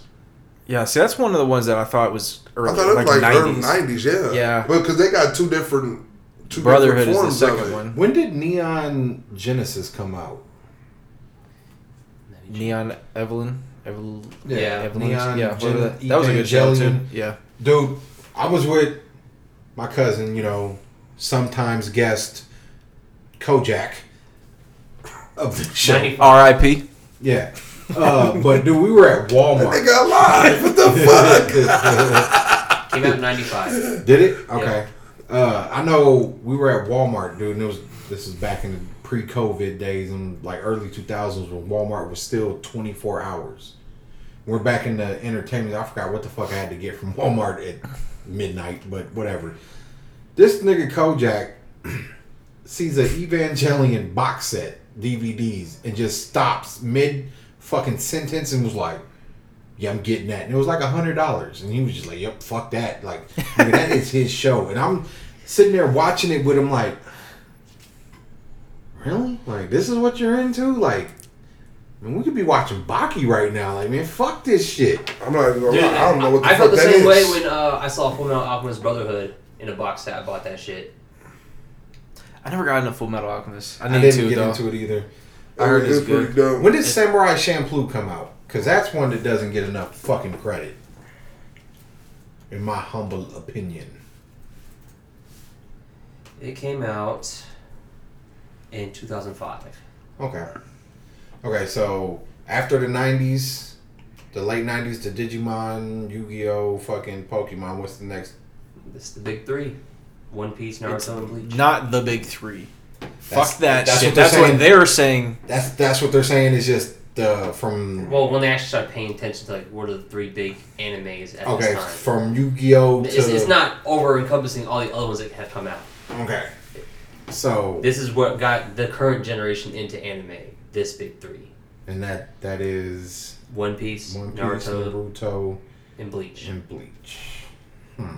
S2: Yeah, see, that's one of the ones that I thought was early,
S4: I thought it was
S2: like,
S4: like, early
S2: 90s.
S4: nineties, yeah,
S2: Yeah.
S4: But because they got two different, two
S2: Brotherhood is the
S4: different forms of
S2: second
S4: it.
S2: one.
S1: When did Neon Genesis come out?
S2: Neon Evelyn. Evel-
S3: Yeah.
S2: Evelyn.
S1: Neon
S2: yeah, what was that?
S1: Gen-
S2: that was a good show too.
S1: Evangelion.
S2: Yeah,
S1: Dude, I was with my cousin, you know, sometimes guest Kojak of the show.
S3: 95.
S2: R.I.P.
S1: Yeah. Uh, but dude, we were at
S4: That
S1: Walmart.
S4: nigga alive. What the fuck?
S3: Came out in 95.
S1: Did it? Okay. Uh, I know we were at Walmart, dude, and it was this is back in the pre-COVID days and like early 2000s when Walmart was still 24 hours. We're back in the entertainment. I forgot what the fuck I had to get from Walmart at midnight, but whatever. This nigga Kojak sees an Evangelion box set DVDs and just stops mid fucking sentence and was like, yeah, I'm getting that. And it was like a hundred dollars. And he was just like, Yep, fuck that. Like, nigga, that is his show. And I'm sitting there watching it with him like Really? Like this is what you're into? Like I mean, we could be watching Baki right now. Like, man, fuck this shit.
S4: I'm not even gonna lie. I don't know what the
S3: I
S4: fuck
S3: felt the
S4: that
S3: same way
S4: is.
S3: when uh, I saw Fullmetal Alchemist Brotherhood in a box set. I bought that shit.
S2: I never got into Full Metal Alchemist. I
S1: I
S2: need
S1: didn't
S2: to
S1: get
S2: though.
S1: into it either.
S2: I heard it's
S4: pretty
S2: good.
S4: dope.
S1: When did Samurai Champloo come out? Because that's one that doesn't get enough fucking credit, in my humble opinion.
S3: It came out in 2005.
S1: Okay. Okay, so after the '90s, the late '90s, the Digimon, Yu-Gi-Oh, fucking Pokemon. What's the next?
S3: This is the big three. One Piece, Naruto,
S2: It's
S3: and Bleach.
S2: Not the big three.
S1: That's-
S2: Fuck that
S1: that's
S2: shit.
S1: what they're
S2: that's
S1: saying.
S2: what they're saying.
S1: That's that's what they're saying is just uh, from
S3: Well, when they actually start paying attention to like what are the three big animes at
S1: okay
S3: this time.
S1: from Yu-Gi-Oh to
S3: It's, it's not over encompassing all the other ones that have come out.
S1: okay. So
S3: This is what got the current generation into anime. This big three:
S1: and that that is
S3: One Piece,
S1: One Piece,
S3: Naruto,
S1: Naruto,
S3: and Bleach.
S1: and Bleach. Hmm.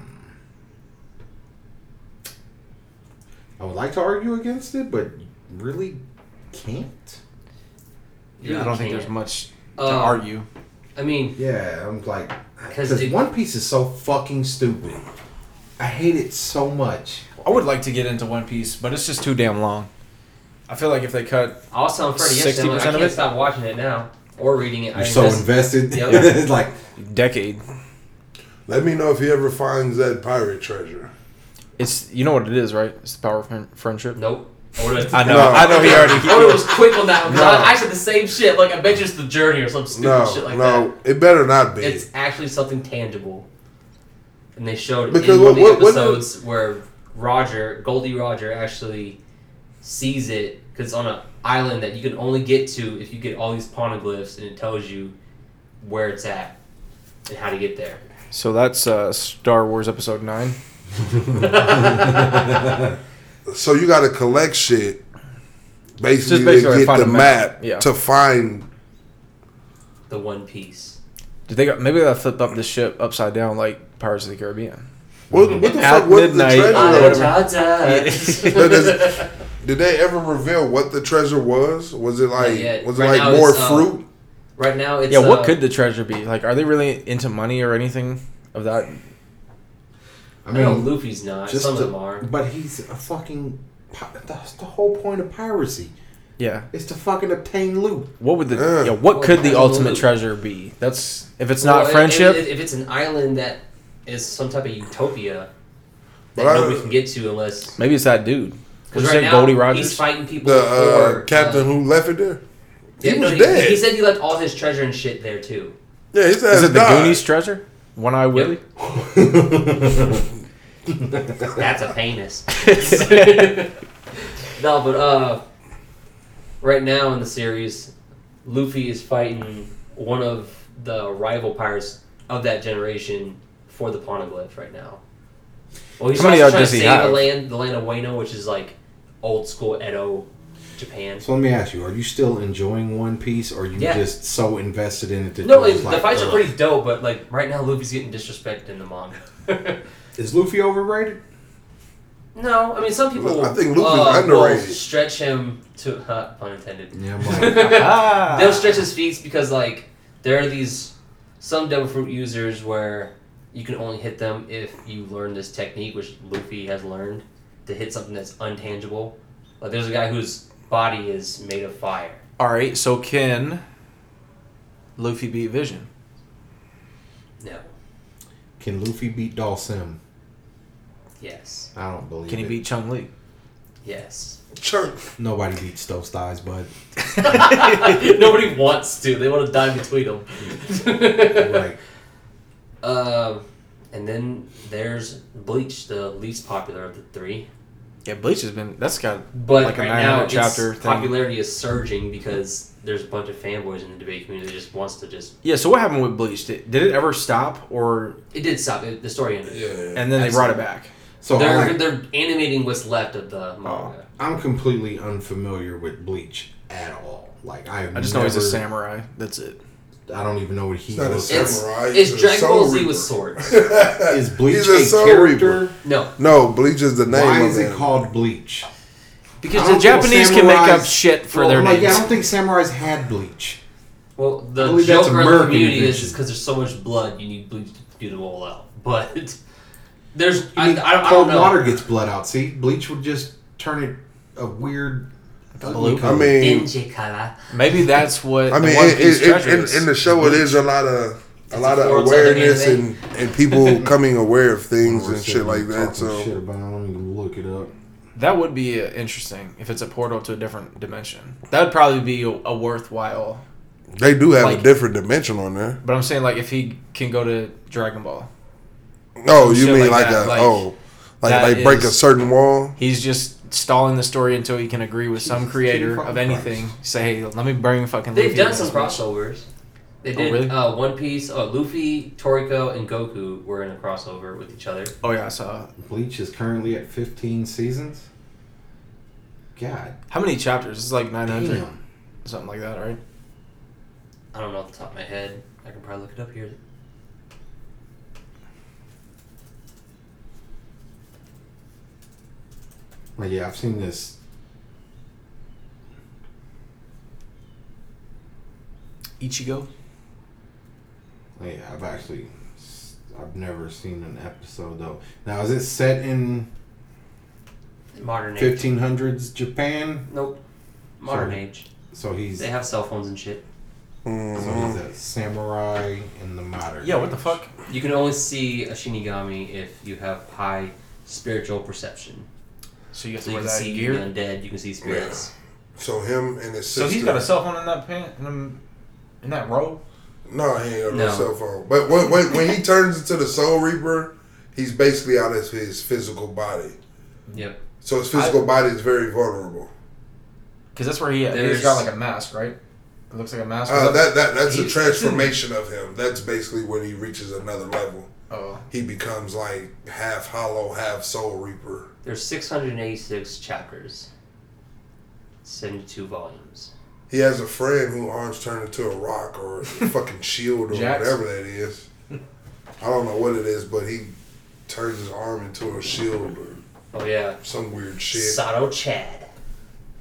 S1: I would like to argue against it, but really can't.
S3: You
S2: I don't think
S3: can't.
S2: there's much to
S3: Um,
S2: argue.
S3: I mean,
S1: Yeah, I'm like,
S3: 'Cause
S1: because
S3: it-
S1: One Piece is so fucking stupid. I hate it so much.
S2: I would like to get into One Piece, but it's just too damn long. I feel like if they cut,
S3: also on Freddy yesterday, I'm like,
S2: 60%
S3: I
S2: of
S3: can't
S2: it?
S3: stop watching it now or reading it.
S1: You're
S3: I
S1: so
S3: invest-
S1: invested.
S3: Yep.
S1: it's like,
S2: decade.
S4: Let me know if he ever finds that pirate treasure.
S2: It's you know what it is, right? It's the power of friend- friendship.
S3: Nope. I would've-
S2: I know.
S4: No.
S2: I know he already.
S3: I would've was quick on that one. 'cause
S4: No.
S3: I, I said the same shit. Like I bet you it's the journey or some stupid
S4: No,
S3: shit like that.
S4: no, it better not be.
S3: It's actually something tangible. And they showed
S4: Because
S3: in one
S4: what-
S3: of the
S4: what- what the-
S3: episodes where Roger, Goldie Roger, actually sees it because it's on an island that you can only get to if you get all these poneglyphs and it tells you where it's at and how to get there.
S2: So that's uh, Star Wars Episode Nine.
S4: so you got to collect shit, basically,
S2: Just basically
S4: to get
S2: find
S4: the
S2: a map,
S4: map,
S2: yeah.
S4: to find
S3: the One Piece.
S2: Did they got, maybe they flipped up the ship upside down like Pirates of the Caribbean?
S4: What, what the
S2: At
S4: fuck was the
S2: midnight.
S4: treasure?
S2: Ah,
S4: of?
S2: whatever.
S3: Ta-ta.
S4: Did they ever reveal what the treasure was? Was it like
S3: yet.
S4: was it
S3: Right now
S4: like more
S3: it's, uh,
S4: fruit?
S3: right now, it's
S2: yeah, what
S3: uh,
S2: could the treasure be? Like, are they really into money or anything of that?
S1: I
S3: I know
S1: mean,
S3: Luffy's not.
S1: just
S3: Some
S1: to-
S3: of them are.
S1: but he's a fucking. pi- That's the whole point of piracy.
S2: Yeah,
S1: It's to fucking obtain loot.
S2: what would the
S4: Yeah.
S2: yeah what
S3: Well,
S2: could the
S3: absolutely.
S2: ultimate treasure be? That's if it's
S3: Well,
S2: not
S3: if-
S2: friendship.
S3: If, if it's an island that is some type of utopia that
S4: But I-
S3: nobody can get to unless
S2: maybe it's that dude. Would
S3: because
S2: you
S3: right
S2: say
S3: now
S2: Goldie
S3: he's
S2: Rogers?
S3: fighting people.
S4: The uh,
S3: for,
S4: captain
S3: uh,
S4: who left it there. He
S3: yeah, no,
S4: was dead.
S3: He, said he left all his treasure and shit there too.
S4: yeah, his ass
S2: Is it the
S4: died.
S2: Goonies treasure? One Eye Willie.
S3: That's a penis. no, but uh, right now in the series, Luffy is fighting one of the rival pirates of that generation for the Poneglyph right now. Well, he's
S2: How many
S3: also
S2: of
S3: trying to
S2: does he
S3: save
S2: have?
S3: the land, the land of Wano, which is like old school Edo, Japan.
S1: So let me ask you: Are you still enjoying One Piece, or are you
S3: Yeah.
S1: just so invested in it that
S3: No,
S1: you're
S3: like,
S1: just
S3: the fights
S1: "Ugh."
S3: are pretty dope, but like right now, Luffy's getting disrespected in the manga.
S1: Is Luffy overrated?
S3: no, I mean some people.
S4: I think Luffy's
S3: uh, will
S4: underrated.
S3: Stretch him to huh, pun intended.
S1: Yeah, I'm like,
S2: ah.
S3: They'll stretch his feet because like there are these some devil fruit users where you can only hit them if you learn this technique, which Luffy has learned to hit something that's untangible. Like there's a guy whose body is made of fire.
S2: All right, so can Luffy beat Vision?
S3: No.
S1: can Luffy beat Dol Sim?
S3: Yes.
S1: I don't believe
S2: Can he
S1: it.
S2: beat Chung Lee?
S3: Yes.
S4: Chunk.
S1: Nobody beats Stove Styles, but
S3: Nobody wants to. They want to die between them.
S1: right.
S3: Um, and then there's Bleach, the least popular of the three.
S2: Yeah, Bleach has been that's got
S3: But
S2: Like a
S3: right now,
S2: 900 chapter
S3: its
S2: thing.
S3: popularity is surging because there's a bunch of fanboys in the debate community that just wants to just.
S2: yeah. So what happened with Bleach? Did, did it ever stop, or
S3: It did stop. It, the story ended.
S4: Yeah.
S2: and then they brought it back?
S1: So
S3: they're
S1: I'm, Oh, like, Oh.
S3: they're animating what's left of the manga.
S1: I'm completely unfamiliar with Bleach at all. Like I, have
S2: I just know he's a
S1: never-
S2: samurai. That's it.
S1: I don't even know what he
S4: He's not a
S1: looks like.
S3: It's,
S4: Samurai,
S3: it's
S4: he's a
S3: Dragon Ball
S4: Soul
S3: Z
S4: Reaper.
S3: with swords.
S1: Is Bleach
S4: He's a
S1: a,
S4: Soul
S1: character?
S4: Reaper.
S3: No,
S4: No, Bleach is the name.
S1: Why
S4: of
S1: is it
S4: it.
S1: called Bleach?
S2: Because
S1: I
S2: the
S1: don't think
S2: Japanese can make up
S1: samurais-
S2: shit for
S1: Well,
S2: their
S1: I'm like,
S2: names.
S1: yeah, I don't think samurais had Bleach.
S3: well the
S1: I believe that's
S3: Joker in the
S1: American
S3: community is
S1: fiction.
S3: because there's so much blood. You need Bleach to do the whole out. But
S1: I
S3: there's I, I,
S1: mean,
S3: don't- I don't
S1: cold
S3: know.
S1: water gets blood out. See, bleach would just turn it a weird. ugly
S4: I
S1: color.
S4: mean,
S3: Denji color.
S2: Maybe that's what
S4: I mean,
S2: the One
S4: it,
S2: Piece
S4: it, it,
S2: treasure
S4: in,
S2: is.
S4: in the show, it is a lot of a lot
S3: a
S4: of
S3: form of
S4: awareness and,
S3: anime.
S4: and people coming aware of things
S1: We're
S4: and shit
S1: sitting
S4: like
S1: here
S4: that.
S1: talking shit
S4: So
S1: about. it. Let me look it up.
S2: That would be uh, interesting if it's a portal to a different dimension. That would probably be a, a worthwhile.
S4: they do have a
S2: Like-
S4: different dimension on there.
S2: But I'm saying like if he can go to Dragon Ball,
S4: Oh,
S2: Some
S4: you
S2: shit
S4: mean like,
S2: like that,
S4: a
S2: like,
S4: oh, like
S2: that
S4: like break a
S2: is-
S4: certain wall?
S2: he's just stalling the story until he can agree with some
S1: Jesus
S2: creator
S1: fucking
S2: of anything. Say, hey, let me bring fucking.
S3: They've
S2: Luffy
S3: done
S2: in
S3: some
S2: this match.
S3: crossovers. They
S2: Oh,
S3: did
S2: really?
S3: uh, One Piece. Uh, Luffy, Toriko, and Goku were in a crossover with each other.
S2: Oh yeah, I saw. it.
S1: Bleach is currently at 15 seasons. God
S2: How many chapters? It's like 900,
S1: damn.
S2: something like that, right?
S3: I don't know off the top of my head. I can probably look it up here.
S1: Like, yeah, I've seen this.
S2: Ichigo.
S1: Like, I've actually, I've never seen an episode though. Now, is it set in
S3: Modern age.
S1: 1500s Japan?
S3: Nope. Modern
S1: Sorry.
S3: age.
S1: So he's
S3: They have cell phones and shit.
S2: Mm.
S4: Mm.
S1: so he's a samurai in the modern.
S2: Yeah, what the
S1: age.
S2: fuck?
S3: You can only see a Shinigami if you have high spiritual perception.
S2: So you have to
S3: So you
S2: wear
S3: can
S2: that
S3: see
S2: gear.
S3: the undead. You can see spirits.
S4: So him and his
S2: So
S4: sister.
S2: he's got a cell phone in that pant, in, them- in that robe.
S4: no, he ain't got no,
S3: No.
S4: cell phone. But when, when when he turns into the Soul Reaper, he's basically out of his physical body.
S3: Yep.
S4: So his physical body is very vulnerable.
S2: Because that's where he at. He's
S3: There's-
S2: got like a mask, right? It looks like a mask.
S4: Uh, that, that that's a
S2: He's-
S4: transformation of him. That's basically when he reaches another level.
S2: oh.
S4: He becomes like half hollow, half soul reaper.
S3: There's 686 chapters, 72 volumes.
S4: He has a friend whose arms turned into a rock or a fucking shield or
S2: Jax?
S4: whatever that is. I don't know what it is, but he turns his arm into a shield or
S3: Oh yeah,
S4: some weird shit.
S3: Sato Chad.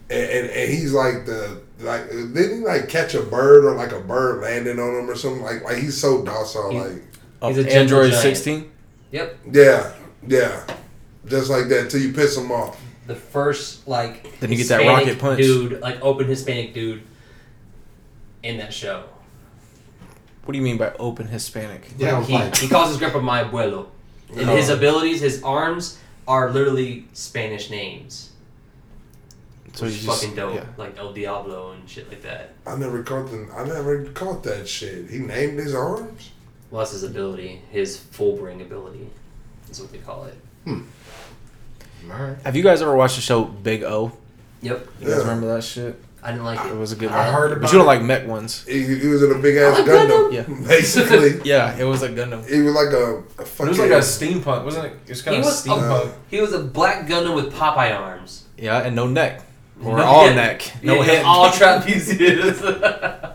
S4: And, and, and he's like the like didn't he like catch a bird or like a bird landing on him or something like like he's so docile
S3: He's-
S4: like
S2: Of
S3: He's a gentle
S2: Android
S3: Oh, giant.
S2: 16.
S3: Yep.
S4: yeah yeah just like that till you piss him off
S3: The first like
S2: Then you get that
S3: Hispanic
S2: rocket punch.
S3: dude, like open Hispanic dude in that show.
S2: What do you mean by open Hispanic?
S1: Yeah,
S3: Like, he,
S1: like-
S3: he calls his grandpa my abuelo. And
S2: Oh.
S3: his abilities, his arms are literally Spanish names.
S2: So
S3: which
S2: he's
S3: is
S2: just-
S3: fucking dope.
S2: yeah.
S3: Like El Diablo and shit like that.
S4: I never caught the I never caught that shit he named his arms
S3: Well, that's his ability, his full bring ability. That's what they call it.
S1: All right.
S2: Have you guys ever watched the show Big O?
S3: Yep.
S2: You guys
S4: Yeah.
S2: remember that shit?
S3: I didn't like
S2: It
S3: it.
S2: was a good
S1: I
S2: one.
S1: heard
S2: but
S1: about
S2: you don't
S1: it.
S2: like mech ones.
S4: he, he was in a big ass
S3: like
S4: Gundam,
S2: Gundam.
S4: basically
S2: Yeah, it was a Gundam.
S4: he was like a, a fucking
S2: It was like a steampunk, wasn't it? It was kind
S3: He
S2: of
S3: was, a,
S2: steampunk.
S3: he was a black Gundam with Popeye arms.
S2: yeah, and no neck. Or
S3: No
S2: all
S3: head.
S2: neck.
S3: Yeah,
S2: No
S3: he was
S2: head.
S3: All trapezius.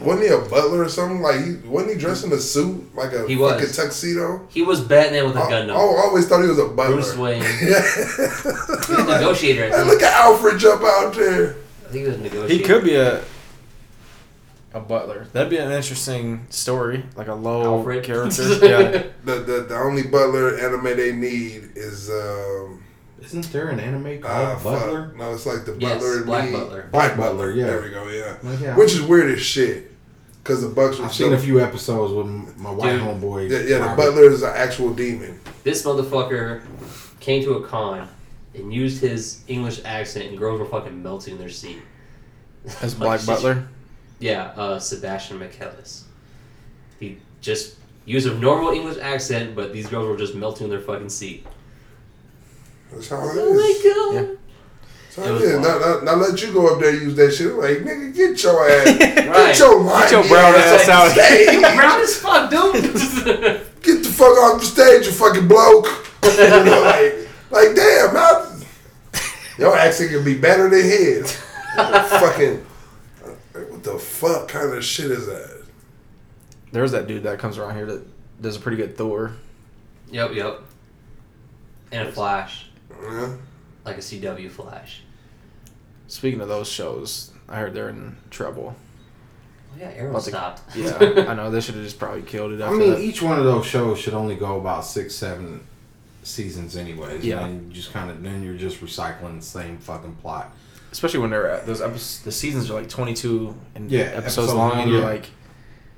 S4: wasn't he a butler or something like he wasn't he dressed in a suit like a
S3: He was.
S4: fucking tuxedo
S3: he was Batman with a
S4: I, I
S3: Gundam.
S2: Oh,
S4: always thought he was a butler
S3: Bruce Wayne. He
S2: oh,
S3: was a
S4: yeah.
S3: negotiator, I
S4: Hey,
S3: think.
S4: look at Alfred jump out there.
S3: I think he was a negotiator.
S2: He could be a a butler. That'd be an interesting story, like a low
S3: Alfred.
S2: character. yeah.
S4: The, the the only butler anime they need is um
S1: Isn't there an anime called
S4: uh, fuck.
S1: Butler?
S4: No, it's like the
S3: Yes,
S4: butler and
S3: Black
S4: me.
S3: Butler.
S1: Black Butler, yeah.
S4: There we go. Yeah.
S1: Like, yeah,
S4: Which is weird as shit. Cause the Bucks were
S1: I've seen a
S4: so,
S1: few episodes with m- my white
S3: Dude.
S1: homeboy.
S4: yeah, yeah, the
S1: Robert.
S4: butler is an actual demon.
S3: This motherfucker came to a con and used his English accent, and girls were fucking melting in their seat.
S2: As Black Butler.
S3: Yeah, uh, Sebastian McKellis. He just used a normal English accent, but these girls were just melting in their fucking seat.
S4: That's how it
S3: Oh
S4: is.
S3: my god!
S4: So
S3: It was
S4: yeah,
S3: wild.
S4: now, now, now let you go up there and use that shit. I'm Like nigga, get your ass,
S3: Right.
S4: get your line,
S2: your brown ass out.
S4: out.
S3: Brown as fuck, dude!
S4: Get the fuck off the stage, you fucking bloke. You know, like, like damn, I, your accent can be better than his. fucking, what the fuck kind of shit is that?
S2: There's that dude that comes around here that does a pretty good Thor.
S3: yep, yep. And a flash,
S4: Yeah.
S3: like a CW flash.
S2: Speaking of those shows, I heard they're in trouble.
S3: Oh yeah, Arrow
S2: About to-
S3: stopped.
S2: Yeah, I know they should have just probably killed it
S1: I
S2: after
S1: mean, e-
S2: that.
S1: each one of those shows should only go about six, seven seasons, anyways.
S2: Yeah.
S1: And then you just kind of then you're just recycling the same fucking plot.
S2: Especially when they're at those episodes, the seasons are like 22 and
S1: Yeah,
S2: episodes
S1: episode
S2: long,
S1: long,
S2: and you're
S1: yeah.
S2: like,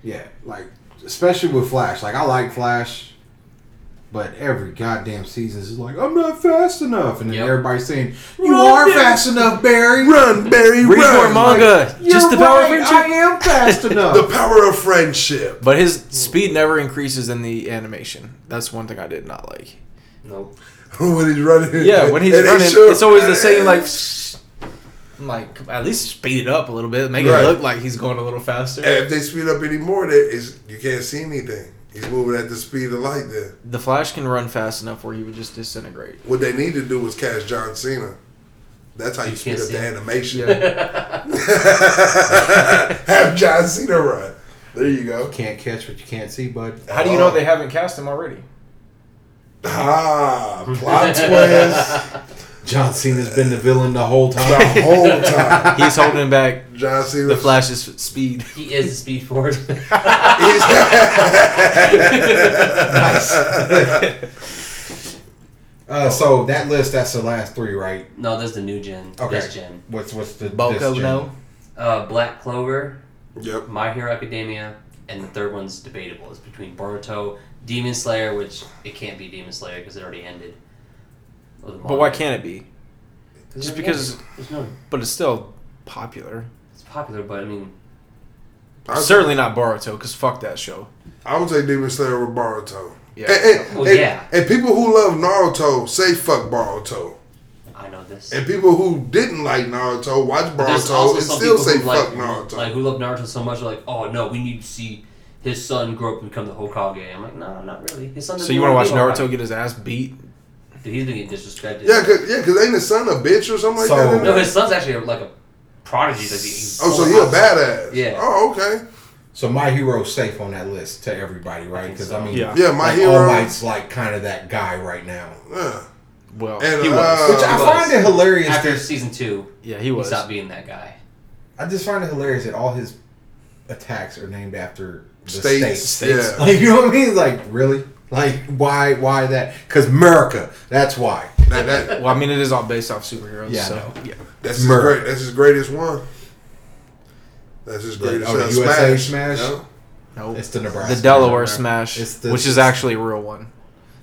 S1: Yeah, like especially with Flash. Like I like Flash, but every goddamn season is like I'm not fast enough, and then
S3: Yep.
S1: everybody's saying you
S2: Run,
S1: are
S2: Barry."
S1: fast enough, Barry.
S4: Run, Barry,
S2: read more
S4: run.
S2: manga,
S1: You're
S2: just the power of
S1: right,
S2: friendship.
S1: I am fast enough.
S4: The power of friendship.
S2: But his speed never increases in the animation. That's one thing I did not like.
S3: Nope.
S4: when he's running.
S2: Yeah, when he's
S4: And they
S2: running,
S4: show-
S2: it's always the same. Like, I'm like at least speed it up a little bit, make
S4: Right.
S2: it look like he's going a little faster.
S4: And if they speed up anymore, that is you can't see anything. He's moving at the speed of light. Then
S2: the Flash can run fast enough where he would just disintegrate.
S4: what they need to do was cast John Cena. That's how you,
S3: You
S4: speed
S3: can't
S4: up
S3: see
S4: the
S3: him.
S4: animation.
S2: Yeah,
S4: Have John Cena run. There you go.
S1: can't catch what you can't see, bud.
S2: how do you
S4: Oh.
S2: know they haven't cast him already?
S4: Ah, plot twist
S1: John Cena's been the villain the whole
S4: the
S1: time.
S4: whole time.
S2: He's holding back
S4: John Cena.
S2: the Flash's speed.
S3: He is the Speed Force.
S1: uh, so that list, that's the last three, right?
S3: no, that's the new gen.
S1: Okay.
S3: This gen.
S1: What's what's the
S2: Boko
S1: this
S2: no.
S3: Uh, Black Clover,
S4: Yep.
S3: My Hero Academia, and the third one's debatable. It's between Boruto, Demon Slayer, which it can't be Demon Slayer because it already ended. Or the
S2: But why
S3: manga.
S2: can't it be?
S3: it
S2: just
S3: already
S2: because-
S3: ended. There's no,
S2: But it's still popular.
S3: it's popular, but I mean,
S4: I-
S2: Certainly not Boruto, because fuck that show.
S4: I would say Demon Slayer with Boruto.
S2: Yeah.
S4: And, and-
S3: Well,
S4: and-
S3: yeah.
S4: and people who love Naruto say fuck Boruto.
S3: I know this.
S4: And people who didn't like Naruto watch
S3: But there's
S4: Boruto and still say
S3: who like,
S4: fuck Naruto.
S3: like who love Naruto so much, are like, oh no, we need to see his son grow up and become the Hokage. I'm like, no, not really. His son.
S2: So
S3: doesn't
S2: you want to watch
S3: wanna be
S2: Naruto get his ass beat?
S3: Hokage. Dude, he's been getting disrespected.
S4: yeah, cause, yeah, 'cause ain't the son a bitch or something like
S1: So-
S4: that? in
S3: no,
S4: there?
S3: his son's actually like a Prodigy's like the
S4: Oh, so you're a badass.
S3: Yeah.
S4: Oh, okay.
S1: So my hero's safe on that list to everybody, right? Because I,
S3: so.
S1: mean,
S2: Yeah.
S4: Yeah, my
S1: like,
S4: hero.
S1: All Might's like kind of that guy right now,
S4: Yeah.
S2: Well,
S4: And,
S2: he
S4: uh,
S2: was.
S1: which I
S3: he
S1: find it hilarious.
S3: after
S1: That,
S3: season two,
S2: Yeah, he
S3: he
S2: was.
S3: stopped being that guy.
S1: I just find it hilarious that all his attacks are named after the states.
S4: States.
S2: States.
S4: Yeah.
S1: Like you know what I mean? Like really? Like why? Why that? Because America. That's why.
S4: That, that,
S2: Well, I mean, it is all based off superheroes.
S1: Yeah, I
S2: so
S1: know.
S2: yeah.
S4: that's his
S1: Murder.
S4: great. That's his greatest one. That's his
S1: The-
S4: greatest.
S1: oh, the
S4: uh,
S1: USA
S4: smash.
S1: smash?
S4: No?
S2: Nope.
S1: It's the Nebraska.
S2: the Delaware
S1: Nebraska.
S2: Smash,
S1: It's the-
S2: which is actually a real one.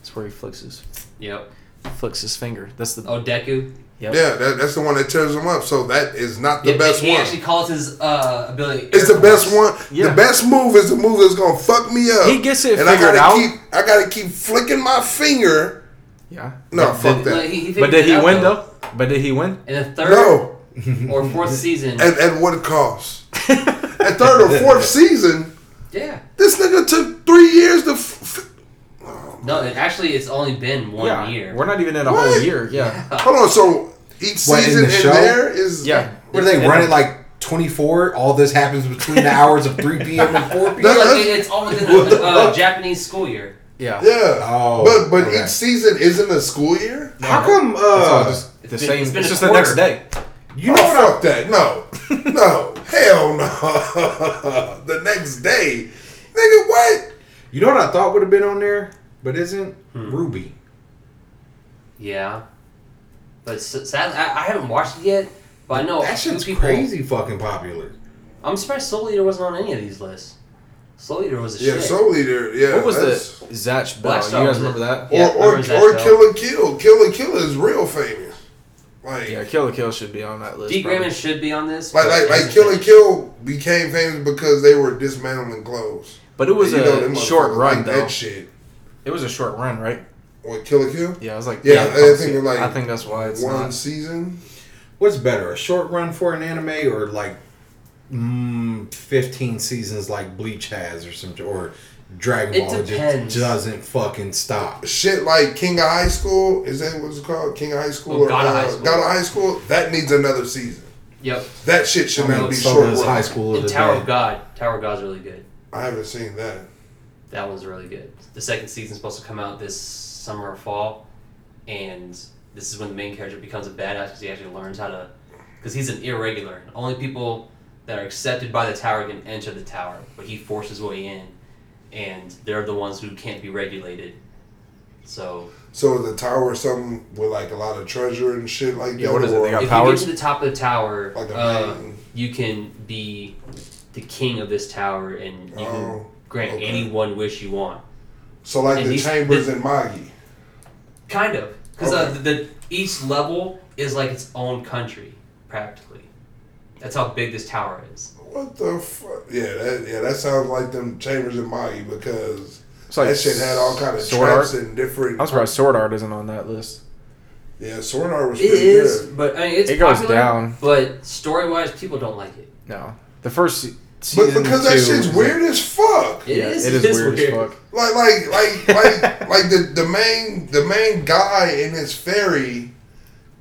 S2: It's where he flicks his
S3: Yep.
S2: flicks his finger. That's the
S3: Oh, Deku.
S2: yep.
S4: Yeah, that, that's the one that tears him up. So that is not the
S3: Yeah,
S4: best
S3: he
S4: one.
S3: actually calls his uh, ability.
S4: It's the
S3: Air
S4: best
S3: Force.
S4: one.
S2: Yeah.
S4: The best move is the move that's gonna fuck me up.
S2: He gets it
S4: and I
S2: figured
S4: gotta
S2: out.
S4: keep. I gotta keep flicking my finger.
S2: Yeah.
S4: No,
S1: But
S4: fuck
S3: No,
S4: that.
S3: he- he
S2: But
S3: figured
S2: did he
S3: it out,
S2: win though? But did he win?
S3: In the third
S4: no,
S3: or fourth season,
S4: at, at what cost? at third or fourth season,
S3: yeah.
S4: this nigga took three years to. F- f-
S3: No, it, actually, it's only been one
S2: yeah.
S3: year.
S2: We're not even in a
S4: What?
S2: whole year. Yeah.
S4: Hold on, so each
S1: What, in
S4: season in,
S1: the show?
S4: there is
S2: Yeah.
S1: Where they
S2: And-
S1: run it like 24? All this happens between the hours of 3 p.m. and 4 p.m.
S3: It's
S4: That-
S3: like, it- it's all within the, uh, Japanese school year.
S2: Yeah.
S4: yeah.
S1: Oh,
S4: but but
S1: okay.
S4: each season isn't a school year.
S1: How come,
S2: all
S1: uh,
S2: just the
S3: It's been-
S2: same.
S3: it's
S2: It's,
S3: been a
S2: just the next
S3: quarter.
S2: day.
S4: You know oh, fuck that. No, no, hell no. the next day, nigga, what?
S1: you know what I thought would have been on there? But isn't
S3: Hmm.
S1: Ruby?
S3: Yeah. But s- sadly, I, I haven't watched it yet. But I know a
S1: that
S3: few
S1: shit's
S3: people.
S1: crazy fucking popular.
S3: I'm surprised Soul Eater wasn't on any of these lists. Soul Eater was a
S4: Yeah,
S3: shit.
S4: Soul Eater. Yeah,
S2: What was
S4: that's-
S2: the Zatch Bell?
S3: Black Star
S2: You guys
S3: was
S2: remember
S3: it.
S2: that?
S4: Or
S3: Yeah, I
S4: or
S3: remember that
S4: or
S3: show.
S4: Killer Kill. Killer Kill is real famous. Like
S2: Yeah, Killer Kill should be on that list.
S3: D.
S2: probably.
S3: Grayman should be on this.
S4: like
S3: but
S4: like,
S3: it
S4: like
S3: hasn't
S4: Killer
S3: been.
S4: Kill became famous because they were dismantling clothes.
S2: But it was
S4: You know,
S2: a
S4: them
S2: short
S4: motherfuckers
S2: run
S4: like
S2: though.
S4: That shit.
S2: It was a short run, right?
S4: Or Killer Kill.
S2: Yeah, I was like,
S4: Yeah,
S2: yeah,
S4: I
S2: don't
S4: think
S2: see it.
S4: like
S2: I think that's why it's
S4: One
S2: not.
S4: season.
S1: What's better, a short run for an anime or like mm, 15 seasons like Bleach has or some or Dragon
S3: It
S1: Ball It
S3: depends.
S1: just doesn't fucking stop.
S4: Shit like King of High School. Is that what's it called? King of High School uh,
S3: Oh, God of High School.
S4: God of High School. That needs another season.
S3: Yep.
S4: That shit should
S1: I
S4: not
S1: mean,
S4: be
S1: so
S4: short.
S1: does
S4: run.
S1: High School of
S3: And
S1: the
S3: Tower
S1: Dead.
S3: of God. Tower of God's really good.
S4: I haven't seen that.
S3: That one's really good. The second season's supposed to come out this summer or fall, and this is when the main character becomes a badass because he actually learns how to. Because he's an irregular. Only people that are accepted by the tower can enter the tower, but he forced his way in, and they're the ones who can't be regulated. So
S4: So the tower, something with like a lot of treasure and shit like
S2: Yeah,
S4: that.
S2: what is it?
S4: or
S2: They got-
S3: if
S2: powers?
S3: you get to the top of the tower,
S4: Like a
S3: uh,
S4: man.
S3: you can be the king of this tower, and you can
S4: Oh,
S3: grant
S4: okay.
S3: any one wish you want.
S4: So like
S3: And
S4: the
S3: these-
S4: chambers
S3: the-
S4: and Magi.
S3: Kind of, because uh,
S4: Okay.
S3: the, the each level is like its own country, practically. That's how big this tower is.
S4: What the fuck? Yeah, that, yeah, that sounds like them chambers and Magi because
S2: It's like
S4: that shit had all kind of
S2: Sword
S4: traps
S2: Art.
S4: and different.
S2: I'm surprised Sword Art isn't on that list.
S4: yeah, sword art was
S3: It
S4: pretty
S3: is,
S4: good.
S3: but I mean, it's
S2: It goes
S3: popular,
S2: down.
S3: But story wise, people don't like it.
S2: No, the first se-
S4: But
S2: season.
S4: because that
S2: two
S4: shit's
S2: is-
S4: weird as fuck.
S3: It
S2: yeah,
S3: is.
S2: it is, weird, as fuck.
S4: Like like like like like the, the main the main guy in his fairy.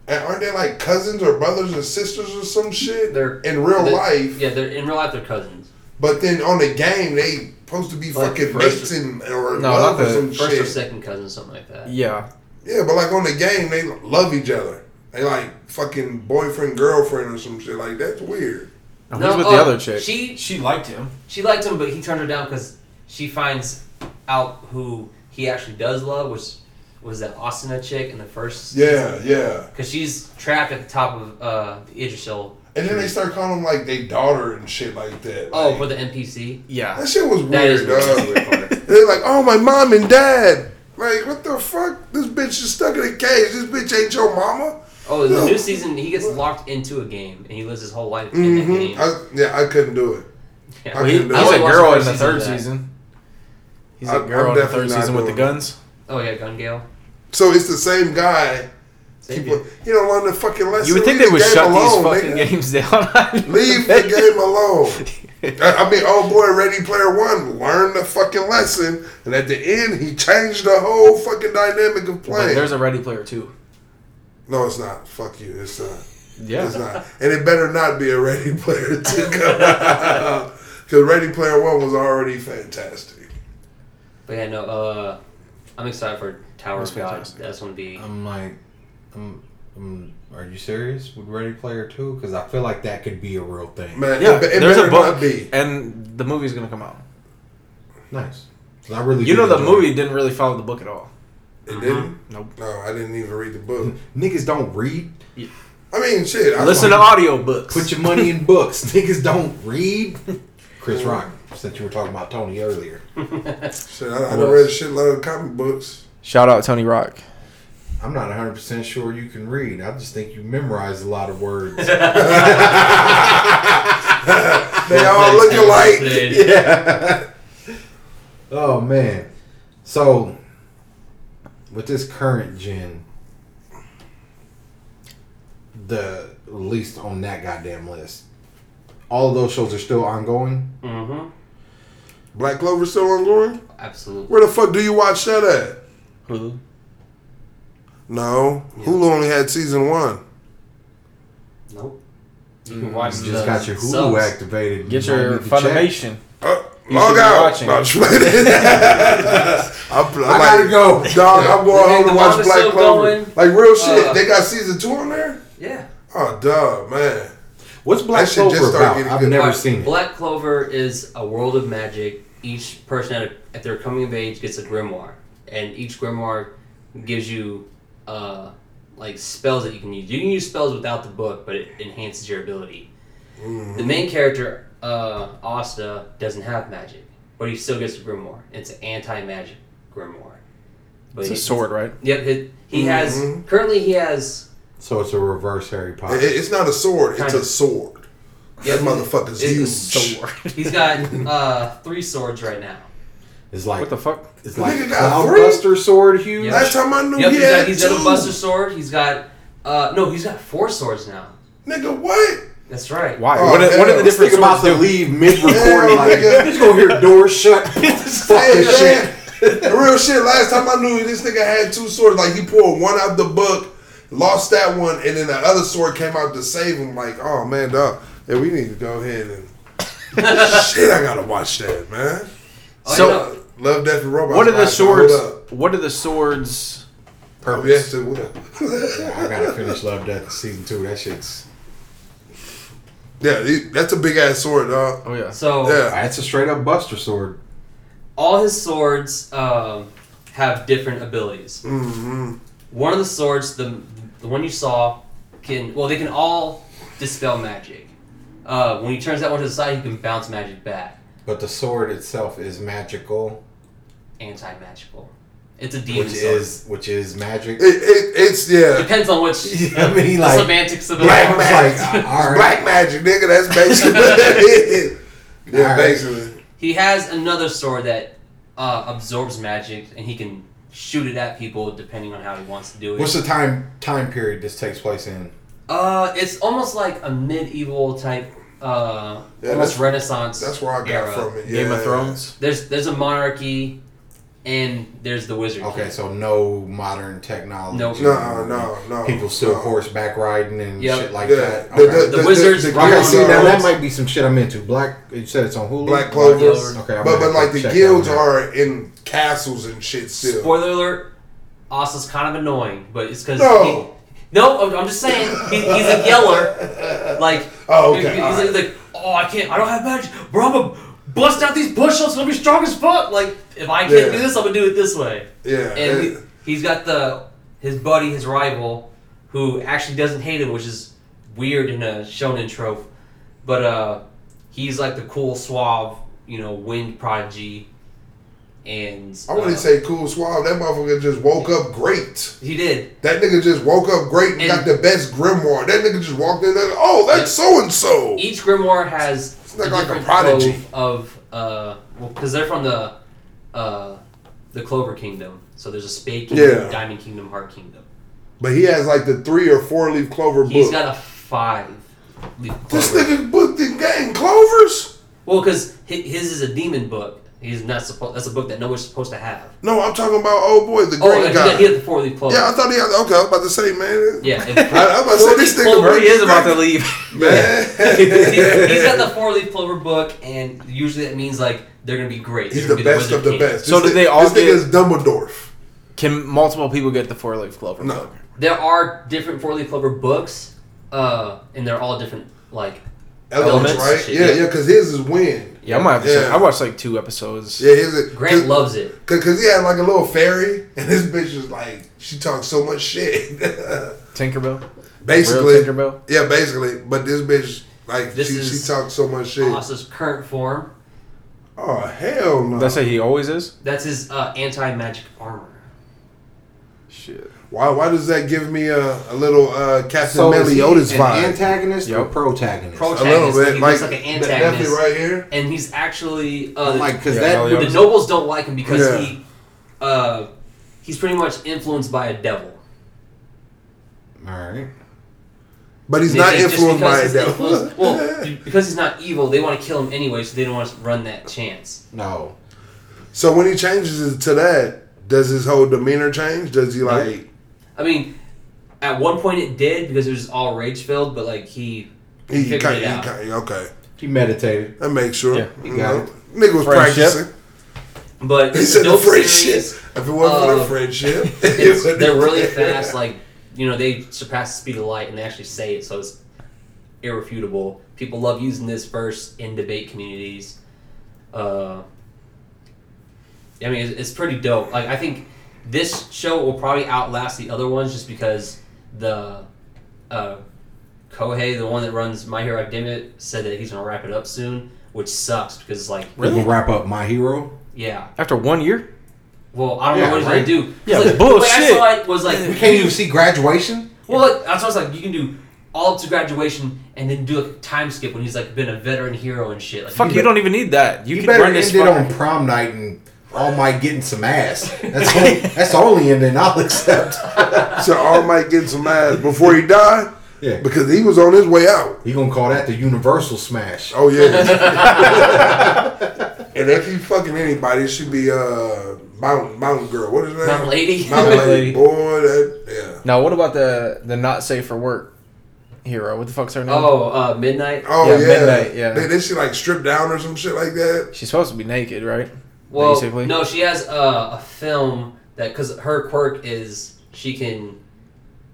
S4: And aren't they like cousins or brothers or sisters or some shit?
S3: They're-
S4: in real
S3: They're-
S4: life.
S3: Yeah, they're in real life they're cousins.
S4: But then on the game, they supposed to be
S3: Like
S4: fucking
S3: first-
S4: mates and or
S2: No,
S4: love
S2: not
S4: or
S2: the
S4: some
S3: First or
S4: shit.
S3: second cousins, something like that.
S2: Yeah,
S4: yeah, but like on the game, they love each other. They like fucking boyfriend girlfriend or some shit like that's weird.
S2: no, he's with
S3: uh,
S2: the other chick.
S3: She
S2: she liked him.
S3: She liked him, but he turned her down because she finds out who he actually does love, which was that Asuna chick in the first.
S4: Yeah, yeah.
S3: Because she's trapped at the top of uh, the Idrisil.
S4: And then they start calling them like they daughter and shit like that.
S3: Oh,
S4: Like,
S3: for the NPC.
S2: Yeah,
S4: that shit was
S3: That is
S4: weird.
S3: the
S4: dog.
S3: weird part.
S4: They're like, oh my mom and dad. Like what the fuck? This bitch is stuck in a cage. This bitch ain't your mama.
S3: Oh, in the
S4: No.
S3: new season, he gets locked into a game and he lives his whole life in that
S2: Mm-hmm.
S3: game.
S4: hmm I, yeah, I couldn't do it.
S3: Yeah.
S4: I
S2: well, he,
S4: couldn't
S2: he's
S4: do
S3: I
S2: a
S3: only
S4: it.
S3: watched
S2: girl
S3: the
S2: in the
S3: first season
S2: third
S3: of that.
S2: season. He's
S4: I-
S2: a girl
S4: I'm
S2: in the
S4: definitely
S2: third
S4: not
S2: season with the
S4: doing
S2: guns.
S3: Oh yeah, Gun Gale.
S4: So it's the same guy
S3: Same
S4: People-
S3: dude.
S4: you don't learn the fucking lesson.
S2: You would think
S4: Leave
S2: they would
S4: the game
S2: shut
S4: alone,
S2: these fucking
S4: nigga.
S2: games down.
S4: Leave the game alone. I I mean, oh boy, Ready Player One learned the fucking lesson, and at the end, he changed the whole fucking dynamic
S2: But
S4: of play.
S2: there's a Ready Player Two.
S4: no, it's not. Fuck you. It's uh,
S2: Yeah.
S4: It's not. And it better not be a Ready Player 2 come out. Because Ready Player 1 was already fantastic.
S3: But yeah, no, uh, I'm excited for Tower
S2: That's
S3: of God.
S2: fantastic.
S3: That's gonna be.
S1: I'm like, I'm, I'm, are you serious with Ready Player Two? Because I feel like that could be a real thing.
S4: Man,
S2: Yeah,
S4: it, be- it
S2: there's
S4: better
S2: a book,
S4: not be.
S2: and the movie's gonna come out.
S1: Nice. 'Cause I really
S2: You
S1: did
S2: know, the
S1: enjoy
S2: movie didn't really follow the book at all.
S4: It didn't?
S2: Mm-hmm. Nope.
S4: No, I didn't even read the book.
S1: it. Niggas don't read.
S4: I mean, shit. I
S2: Listen to audiobooks.
S1: Put your money in books. Niggas don't read. Chris Rock, since you were talking about Tony earlier,
S4: Shit, I, I done read a shitload of comic books.
S2: Shout out Tony Rock.
S1: I'm not 100 percent sure you can read. I just think you memorize a lot of words.
S4: They all look alike.
S1: yeah. oh man. So with this current gen, the at least on that goddamn list, all of those shows are still ongoing.
S3: Mm-hmm.
S4: Black Clover still ongoing?
S3: Absolutely.
S4: Where the fuck do you watch that at?
S2: Hulu.
S4: No. Hulu only had season one.
S3: Nope. You can watch.
S1: You just
S3: the
S1: got your Hulu
S3: subs.
S1: activated.
S2: Get
S1: You might
S2: your
S1: need to check.
S2: Funimation.
S4: Uh,
S2: You should
S4: log
S2: be
S4: out.
S2: watching
S4: No, I'm just playing. I'm, I'm
S1: I gotta
S4: like-
S1: go.
S4: Dog, I'm going
S3: Hey,
S4: home
S3: the
S4: to watch
S3: mama's
S4: Black
S3: still
S4: Clover.
S3: going.
S4: Like real shit.
S3: Uh,
S4: they got season two on there.
S3: Yeah.
S4: Oh, dog, man.
S1: What's Black
S4: That shit just
S1: Clover
S4: started
S1: about?
S4: getting
S1: I've
S4: good.
S1: never
S3: Alright,
S1: seen it.
S3: Black Clover is a world of magic. Each person at, at their coming of age gets a grimoire, and each grimoire gives you uh, like spells that you can use. You can use spells without the book, but it enhances your ability.
S1: Mm-hmm.
S3: The main character, uh, Asta, doesn't have magic, but he still gets a grimoire. It's an anti-magic grimoire. But
S2: It's
S3: he-
S2: a sword, right?
S3: Yep. He, he has
S1: Mm-hmm.
S4: Mhm.
S3: currently he has.
S1: So it's a reverse Harry Potter.
S4: It- it's not a sword. It's
S3: Kind
S4: a
S3: of.
S4: sword.
S3: Uh. Yeah,
S4: that motherfucker's
S3: it's a
S4: huge.
S3: He's got uh, three swords right now.
S1: It's like
S2: What the fuck?
S1: it's like
S4: Nigga got
S1: Cloudbuster sword huge.
S3: Yeah.
S4: Last time I knew
S3: Yep,
S4: he
S3: he's
S4: had
S3: got, he's got a
S4: two.
S3: Buster sword. He's got uh no, he's got four swords now.
S4: Nigga, what?
S3: That's right.
S2: Why?
S4: Oh,
S2: what, are, what are the
S4: hell.
S1: This
S2: different
S1: nigga about
S2: swords
S1: to
S2: do?
S1: leave mid recording.
S4: Hell,
S1: Like,
S4: nigga.
S1: just gonna hear doors shut. Fuck
S4: Hey,
S1: this shit.
S4: man. The real shit. Last time I knew this nigga had two swords. Like he pulled one out the book, lost that one, and then the other sword came out to save him. Like, oh man, dog. Yeah, we need to go ahead and shit. I gotta watch that, man.
S3: Oh,
S2: So-
S3: yeah, no,
S4: Love, Death, and Robots.
S2: What are
S4: I
S2: the
S4: said,
S2: swords?
S4: hold up.
S2: What are the swords?
S4: Oh,
S2: Purpose.
S4: yes, it will.
S1: I gotta finish Love Death season two. That shit's
S4: Yeah, he- that's a big ass sword, dog.
S2: Oh yeah.
S3: so
S4: Yeah.
S1: that's a straight up Buster sword.
S3: all his swords um, have different abilities.
S4: Mm-hmm.
S3: One of the swords, the the one you saw, can well they can all dispel magic. Uh, when he turns that one to the side, he can bounce magic back.
S1: But the sword itself is magical,
S3: Anti magical. It's a demon
S1: which
S3: sword.
S1: is which is magic.
S4: It, it, it's yeah.
S3: Depends on which
S1: Yeah, I mean, like,
S3: the semantics of the
S1: Black
S4: Black
S1: was
S4: magic.
S1: like, all right.
S4: Black magic, nigga. That's basically what it is. Yeah,
S1: All right.
S4: basically.
S3: He has another sword that uh, absorbs magic, and he can shoot it at people depending on how he wants to do it.
S1: What's the time time period this takes place in?
S3: uh, it's almost like a medieval type, uh,
S4: Yeah,
S3: almost
S4: that's-
S3: Renaissance.
S4: That's where I got
S3: era.
S4: from it.
S2: Game of
S4: yeah.
S2: Thrones.
S3: There's there's a monarchy, and there's the wizard.
S1: Okay,
S3: king.
S1: so no modern technology.
S3: No.
S4: No, no, no.
S1: People still
S4: no.
S1: horseback riding and
S3: Yep.
S1: shit like
S4: Yeah.
S1: that.
S4: The,
S1: Okay.
S4: the, the, the
S3: wizards
S4: The, the,
S3: rock
S1: okay,
S3: on
S1: see
S3: the
S1: now that
S3: roads.
S1: might be some shit I'm into. Black, you said it's on Hulu.
S4: Black Clover.
S3: Clover.
S1: Okay, I'm
S4: But
S1: gonna
S4: but like the
S1: check that
S4: guilds
S1: one out.
S4: are in castles and shit still.
S3: Spoiler alert: Asta's kind of annoying, but it's because
S4: No.
S3: no, I'm- I'm just saying he, he's a yeller. Like
S4: Oh, okay,
S3: he-
S4: all
S3: he's like, like, oh, I can't, I don't have magic, bro. I'm gonna bust out these push-ups. I'm gonna be strong as fuck. Like if I can't
S4: Yeah.
S3: do this, I'm gonna do it this way.
S4: yeah.
S3: And he,
S4: it-
S3: he's got the his buddy, his rival, who actually doesn't hate him, which is weird in a shonen trope. But uh, he's like the cool, suave, you know, wind prodigy. And
S4: I wouldn't
S3: uh,
S4: say cool suave. That motherfucker just woke up great.
S3: he did.
S4: That nigga just woke up great and,
S3: And-
S4: got the best grimoire. That nigga just walked in there. Oh, that's so and so.
S3: Each grimoire has
S4: like-
S3: a
S4: like a
S3: different
S4: prodigy.
S3: clove of uh, well, because they're from the uh, the Clover Kingdom. So there's a Spade Kingdom,
S4: Yeah.
S3: Diamond Kingdom, Heart Kingdom.
S4: But he has like the three or four leaf clover
S3: He's
S4: book.
S3: got a five. leaf
S4: This
S3: clover.
S4: nigga booked the gang clovers.
S3: Well, because his is a demon book. He's not supposed. That's a book that no one's supposed to have.
S4: No, I'm talking about old boy, the
S3: Oh,
S4: green
S3: he
S4: guy.
S3: had, he had the four leaf clover.
S4: yeah, I thought he had. Okay, I was about to say, man.
S3: yeah. and-
S4: I- I'm about to say,
S3: four-leaf
S4: this nigga
S3: clover-
S4: really
S2: He is about to leave.
S4: Man.
S3: he's he's got the four leaf clover book, and usually that means like they're gonna be great.
S4: He's
S3: They're
S4: the
S3: gonna be
S4: best of
S3: Wizard
S4: the
S3: King.
S4: best.
S2: So
S4: This
S2: did
S4: ni-
S2: they all
S4: This
S2: get-
S4: nigga is Dumbledore.
S2: Can multiple people get the four leaf clover?
S4: No.
S2: book?
S3: There are different four leaf clover books, uh, and they're all different. Like
S4: Elements,
S3: Elements,
S4: right?
S3: shit,
S4: Yeah,
S3: yeah.
S4: yeah, because his is wind.
S2: Yeah, I might have to.
S4: Yeah.
S2: I watched like two episodes.
S4: Yeah, his is.
S3: Grant loves it.
S4: Because he had like a little fairy, and this bitch is like, she talks so much shit.
S2: Tinkerbell.
S4: basically.
S2: Real Tinkerbell?
S4: Yeah, basically. But this bitch, like,
S3: This
S4: she,
S3: is-
S4: she talks so much shit.
S3: Haas's current form.
S4: Oh, hell no.
S2: That's how he always is.
S3: That's his uh, anti magic armor.
S2: Shit.
S4: Why, why does that give me a, a little uh, Captain
S1: So is he
S4: Meliodas
S1: an
S4: vibe?
S1: antagonist or
S2: Yep.
S1: protagonist?
S4: a
S3: Protagonist,
S4: little
S3: like,
S4: bit.
S3: he
S4: Like,
S3: looks like an
S4: that-
S3: antagonist,
S4: Definitely right here.
S3: and he's actually uh,
S1: I'm like, because
S2: Yeah,
S1: that
S2: hell
S1: would
S2: yeah.
S3: the nobles don't like him because
S4: Oh Yeah.
S3: he uh, he's pretty much influenced by a devil.
S1: All right.
S4: But he's
S3: They-
S4: not
S3: they- just
S4: influenced
S3: because
S4: by
S3: he's
S4: it, though.
S3: influenced- well, because he's not evil, they want to kill him anyway, so they don't want to run that chance.
S1: No.
S4: So when he changes it to that, does his whole demeanor change? Does he like?
S3: I mean, at one point it did because it was all rage filled, but like he
S4: He,
S3: figured
S4: kind,
S3: it out.
S4: okay,
S1: He meditated.
S4: I make sure.
S2: Yeah,
S1: he got it.
S4: Nigga was
S2: Friendship.
S4: practicing.
S3: but
S4: He
S3: it's
S4: said
S3: a
S4: the
S3: dope
S4: friendship.
S3: series.
S4: If it wasn't for the
S3: Uh,
S4: friendship,
S3: It's, they're really fast. Like you know, they surpass the speed of light, and they actually say it, so it's irrefutable. People love using this verse in debate communities. Uh, I mean, it's, it's pretty dope. Like I think this show will probably outlast the other ones just because the uh, Kohei, the one that runs My Hero Academia, said that he's gonna wrap it up soon, which sucks because it's like
S1: Really? We'll wrap up my hero.
S3: yeah.
S2: After one year.
S3: Well, I don't
S1: Yeah,
S3: know what he's
S1: right.
S3: gonna do.
S2: Yeah,
S3: It's like,
S2: bullshit.
S3: The way I saw it was like
S1: We can't even see graduation.
S3: Well, like, that's what I was like. You can do all up to graduation and then do a time skip when he's like been a veteran hero and shit. Like,
S2: Fuck, you don't even need that. You,
S1: You,
S2: can
S1: better
S2: run
S1: end
S2: this
S1: it on
S2: fucking.
S1: prom night and all my getting some ass. That's only, that's the only ending I'll accept.
S4: so All Might getting some ass before he died
S1: yeah.
S4: because he was on his way out.
S1: You gonna call that the universal smash?
S4: Oh yeah. and if he fucking anybody, it should be uh mountain mountain girl. What is that?
S3: Mountain Lady.
S4: Mountain lady.
S2: Lady.
S4: Boy, that yeah.
S2: Now, what about the the not safe for work hero? What the fuck's her name?
S3: Oh, uh, midnight.
S4: Oh yeah,
S2: Yeah, Midnight, yeah.
S4: They, they should like strip down or some shit like that.
S2: She's supposed to be naked, right?
S3: well,
S2: basically.
S3: no, she has uh, a film that because her quirk is she can,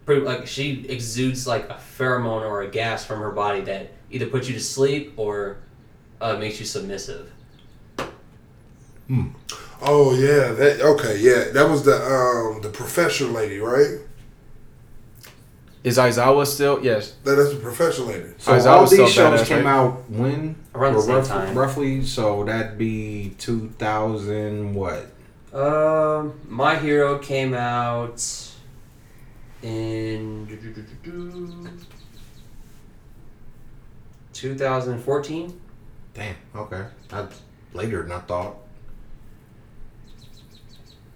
S3: pretty like she exudes like a pheromone or a gas from her body that either puts you to sleep or uh, makes you submissive.
S4: Oh yeah, that okay, yeah. That was the um the professional lady, right?
S2: Is Aizawa still? Yes.
S4: That, that's the professional lady.
S1: So
S2: Aizawa's
S1: all
S2: still
S1: these shows
S2: badass,
S1: came
S2: right?
S1: out when
S3: Around the
S1: Or
S3: same
S1: rough-
S3: time.
S1: roughly. So that'd be two thousand what?
S3: Um, My Hero came out in 2014.
S1: Damn. Okay. That's later than I thought.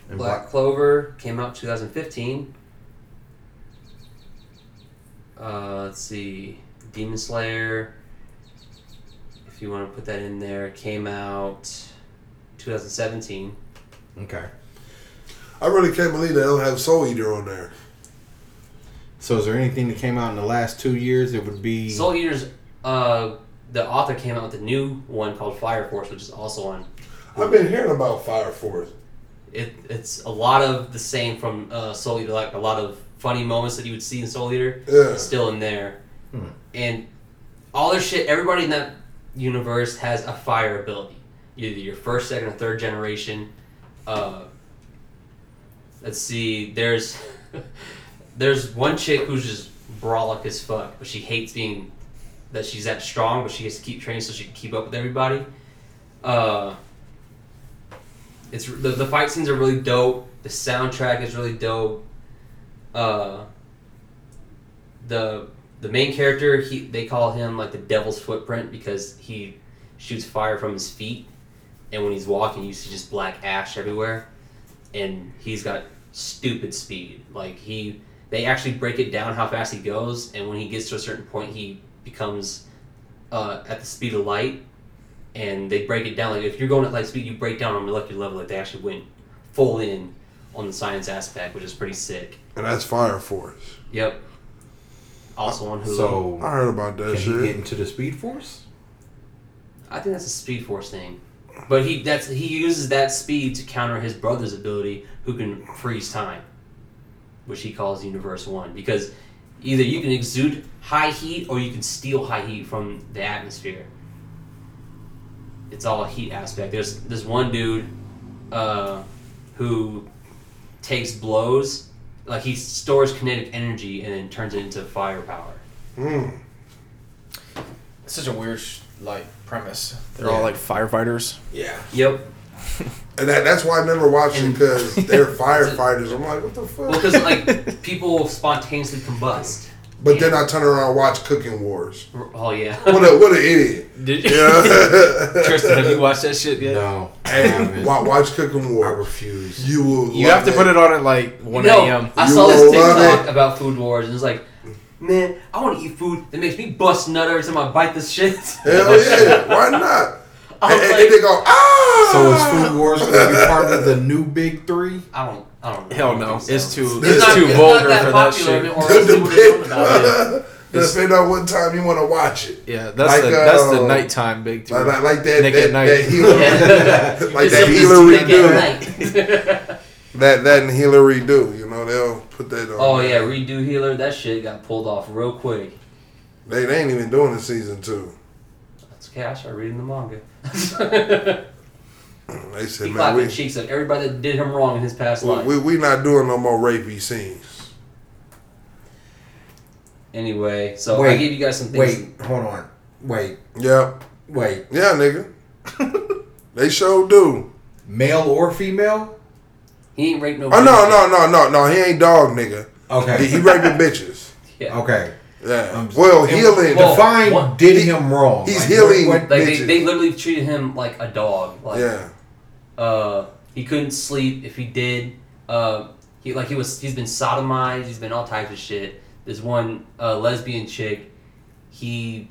S1: And
S3: Black Clover came out 2015. Uh, let's see, Demon Slayer. If you want to put that in there, came out 2017.
S1: Black- Okay.
S4: I really can't believe they don't have Soul Eater on there.
S1: So is there anything that came out in the last two years that would be
S3: Soul Eaters. Uh, the author came out with a new one called Fire Force, which is also on
S4: I've been hearing about Fire Force.
S3: it, it's a lot of the same from uh, Soul Eater, like a lot of funny moments that you would see in Soul Eater,
S4: Yeah.
S3: still in there,
S1: Hmm.
S3: and all their shit. Everybody in that universe has a fire ability, either your first, second, or third generation. Uh, let's see, there's there's one chick who's just brawlic as fuck, but she hates being that she's that strong, but she has to keep training so she can keep up with everybody. Uh, it's the, the fight scenes are really dope. The soundtrack is really dope. Uh, the the main character he they call him like the devil's footprint because he shoots fire from his feet, and when he's walking, you see just black ash everywhere, and he's got stupid speed. Like he they actually break it down how fast he goes, and when he gets to a certain point, he becomes uh, at the speed of light, and they break it down. Like if you're going at light speed, you break down on molecular level. Like they actually went full in on the science aspect, which is pretty sick.
S4: And that's Fire Force.
S3: Yep. Also on Hulu.
S1: So
S4: I heard about
S1: can
S4: that
S1: he get
S4: shit.
S1: into the Speed Force?
S3: I think that's a Speed Force thing. But he that's he uses that speed to counter his brother's ability, who can freeze time, which he calls Universe One, because either you can exude high heat or you can steal high heat from the atmosphere. It's all a heat aspect. There's this one dude uh, who takes blows, like he stores kinetic energy and then turns it into firepower.
S4: Mm.
S2: It's such a weird sh- like premise. They're
S4: Yeah.
S2: all like firefighters.
S4: Yeah.
S3: Yep.
S4: And that, that's why I never watched it
S3: And-
S4: because they're firefighters. I'm like, what the fuck?
S3: Well, because like people spontaneously combust.
S4: but then I turn around and watch Cooking Wars.
S3: Oh yeah.
S4: What a what an idiot.
S2: Did
S4: Yeah.
S2: Tristan, have you watched that shit yet?
S1: No.
S4: Hey, wa- watch Cooking
S1: I
S4: Wars.
S1: refuse.
S4: You will.
S2: You
S4: love
S2: have to put it on at like 1 a.m.
S3: I
S4: You
S3: saw this
S4: will love
S3: TikTok
S4: it.
S3: about food wars, and it's like, man, I want to eat food that makes me bust nut every time I bite this shit.
S4: Hell yeah! Why not?
S3: I
S4: And,
S3: was
S4: and
S3: like,
S4: they go ah.
S1: So is Food Wars going to be part of the new Big Three?
S3: I don't, I don't. know.
S2: Hell
S3: I don't
S2: no,
S3: think
S2: it's
S3: so.
S2: too
S4: It's
S2: it's,
S4: not-
S2: too
S4: it's
S2: vulgar for that shit.
S3: man, or else they would've known about it.
S4: Depend on what time you want to watch it.
S2: Yeah, that's
S4: Like,
S2: the that's the
S4: uh,
S2: nighttime big three.
S4: Like, like, like that,
S2: Nick
S4: that,
S2: at night.
S4: that Hillary,
S3: Yeah.
S4: like
S3: It's
S4: that
S3: something
S4: Hillary
S3: to
S4: do,
S3: make at night.
S4: that that and Hillary do. You know they'll put that on.
S3: oh yeah, redo healer. That shit got pulled off real quick.
S4: they, they ain't even doing the season two.
S3: That's okay. I started reading the manga.
S4: They said,
S3: he
S4: man,
S3: clapped
S4: we,
S3: his cheeks at everybody that did him wrong in his past
S4: we,
S3: life.
S4: we we not doing no more rapey scenes.
S3: anyway, so I
S1: Wait,
S3: gave you guys some things.
S1: Wait, hold on. Wait,
S4: Yep.
S1: wait.
S4: Yeah, nigga. they sure do.
S1: Male or female?
S3: He ain't raped nobody.
S4: Oh no no no no no. He ain't dog, nigga. He, he
S1: Okay.
S4: raping bitches.
S3: Yeah.
S1: Okay.
S4: Yeah.
S1: I'm-
S4: well,
S1: and-
S4: healing.
S3: Well,
S1: Define
S3: what-
S1: did him wrong.
S4: He's healing.
S3: Like they,
S4: Bitches.
S3: they literally treated him like a dog. Like
S4: yeah.
S3: uh he couldn't sleep if he did. Uh he like he was he's been sodomized, he's been all types of shit. This one uh, lesbian chick, he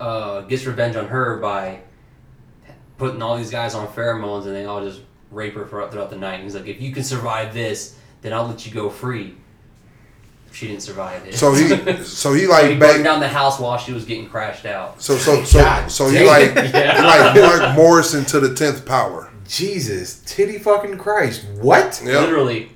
S3: uh gets revenge on her by putting all these guys on pheromones and they all just rape her for, throughout the night. He's like, if you can survive this, then I'll let you go free. She didn't survive it.
S4: So he so he like
S3: he burned
S4: bang,
S3: down the house while she was getting crashed out.
S4: so so so
S1: God
S4: so he
S1: damn.
S4: like
S3: Yeah.
S4: he like Mark Morrison to the tenth power.
S1: Jesus, titty fucking Christ. What?
S4: Yep.
S3: Literally.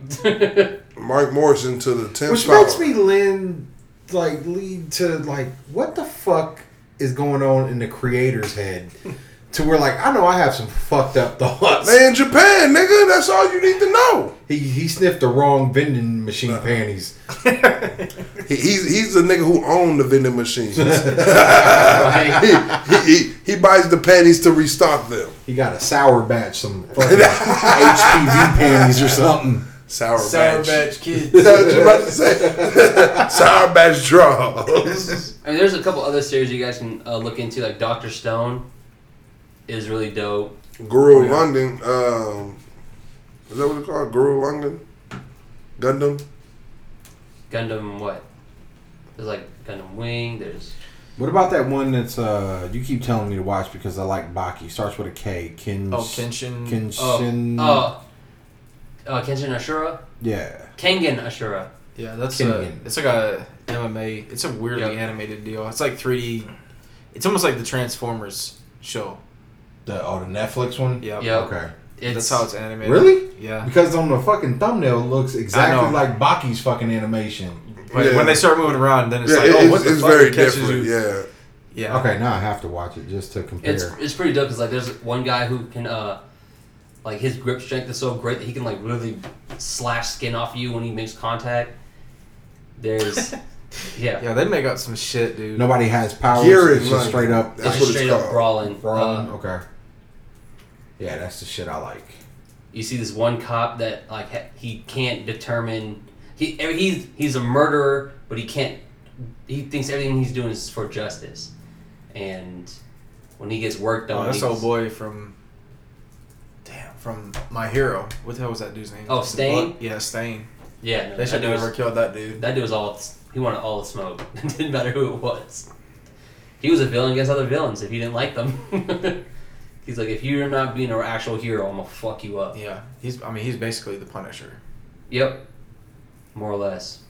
S4: Mark Morrison to the tenth
S1: Which
S4: power.
S1: makes me lend like lead to like what the fuck is going on in the creator's head to where like I know I have some fucked up thoughts.
S4: They in Japan, nigga. That's all you need to know.
S1: He he sniffed the wrong vending machine panties.
S4: He, he's he's the nigga who owned the vending machines. he, he, he he buys the panties to restock them.
S1: He got a sour batch, some fucking HPV panties or something.
S4: Sour,
S2: Sour
S4: batch.
S2: Batch
S4: That's
S2: Kids.
S4: what you about to say. Sour batch draws.
S3: I mean, there's a couple other series you guys can uh, look into, like Doctor Stone is really dope.
S4: Guru London. Um, is that what it's called? Guru London. Gundam.
S3: Gundam what? There's like Gundam Wing. There's
S1: What about that one that's uh you keep telling me to watch because I like Baki? Starts with a K. Ken.
S2: Oh, Kenshin.
S1: Kenshin.
S3: oh uh, uh, Kenshin Ashura,
S1: yeah.
S3: Kengan Ashura.
S2: Yeah, that's a,
S1: Kingen.
S2: it's like a MMA. It's a weirdly
S3: Yeah.
S2: animated deal. It's like 3D. It's almost like the Transformers show.
S1: The oh the Netflix one.
S2: Yeah.
S3: Yeah.
S1: Okay.
S3: It's,
S2: That's how it's animated.
S1: Really?
S2: Yeah.
S1: Because on the fucking thumbnail it looks exactly
S2: know.
S1: like Baki's fucking animation.
S2: When,
S4: Yeah.
S2: when they start moving around, then it's
S4: Yeah,
S2: like,
S4: it-
S2: oh,
S4: it's,
S2: what the
S4: it's
S2: fuck?
S4: very
S2: It catches
S4: different.
S2: you.
S4: Yeah.
S2: Yeah.
S1: Okay, now I have to watch it just to compare.
S3: it's it's pretty dope. Cause like there's one guy who can uh, like his grip strength is so great that he can like really slash skin off you when he makes contact. There's yeah,
S2: Yeah, they make up some shit, dude.
S1: Nobody has powers.
S4: Here
S1: it's
S4: is
S1: just
S4: mine.
S1: straight up.
S4: That's
S3: it's
S4: what it's
S3: straight up
S4: called.
S3: brawling.
S1: Wrong.
S3: Uh,
S1: okay. Yeah, that's the shit I like.
S3: you see this one cop that like ha- he can't determine he er, he's he's a murderer but he can't he thinks everything he's doing is for justice and when he gets worked on
S2: Oh, this
S3: he's-
S2: old boy from. Damn, from My Hero. What the hell was that dude's name?
S3: Oh, Stain?
S2: Yeah, Stain.
S3: yeah no,
S2: They
S3: that,
S2: should
S3: dude
S2: never
S3: was,
S2: killed that dude.
S3: that dude was all he wanted all the smoke it didn't matter who it was He was a villain against other villains if he didn't like them. He's like, if you're not being an actual hero, I'm gonna fuck you up.
S2: Yeah, he's. I mean, he's basically the Punisher.
S3: Yep. More or less.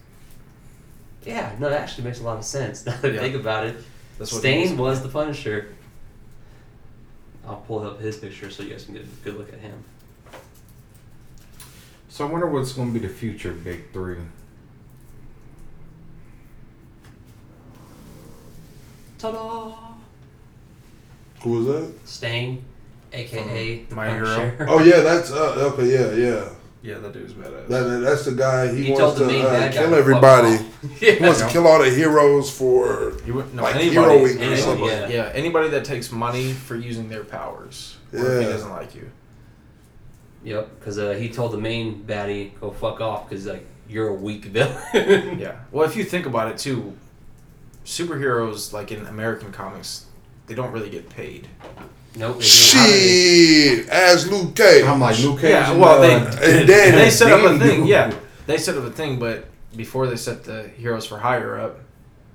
S3: Yeah, no, that actually makes a lot of sense now that I
S2: Yeah.
S3: think about it.
S2: That's what he
S3: Stain was the Punisher. I'll pull up his picture so you guys can get a good look at him.
S1: So I wonder what's going to be the future big three.
S3: Ta da!
S4: Who was that?
S3: Stain, aka the
S2: My
S3: Punisher.
S4: Oh yeah, that's uh, okay. Yeah, yeah.
S2: Yeah, that dude's badass.
S4: That, that- that's the guy. He,
S3: He told
S4: wants
S3: the
S4: to
S3: main
S4: uh,
S3: bad guy
S4: kill
S3: to fuck
S4: everybody.
S3: off.
S4: He wants to
S2: Yeah.
S4: kill all the heroes for
S2: you wouldn't know
S4: like
S2: anybody.
S4: heroic
S3: Yeah,
S4: or something.
S3: yeah.
S2: Yeah, anybody that takes money for using their powers. Or if
S4: Yeah.
S2: he doesn't like you.
S3: Yep, because uh, he told the main baddie, go fuck off, because, like, you're a weak villain.
S2: Yeah. Well, if you think about it too, superheroes like in American comics, they don't really get paid.
S3: nope. they didn't.
S4: Shit, as Luke Cage.
S1: I'm like Luke Cage.
S2: Yeah.
S1: and,
S2: Well, they
S1: uh,
S4: and
S2: they,
S4: then-
S2: set up a thing.
S1: Daniel.
S2: Yeah, they set up a thing, but before they set the heroes for higher up,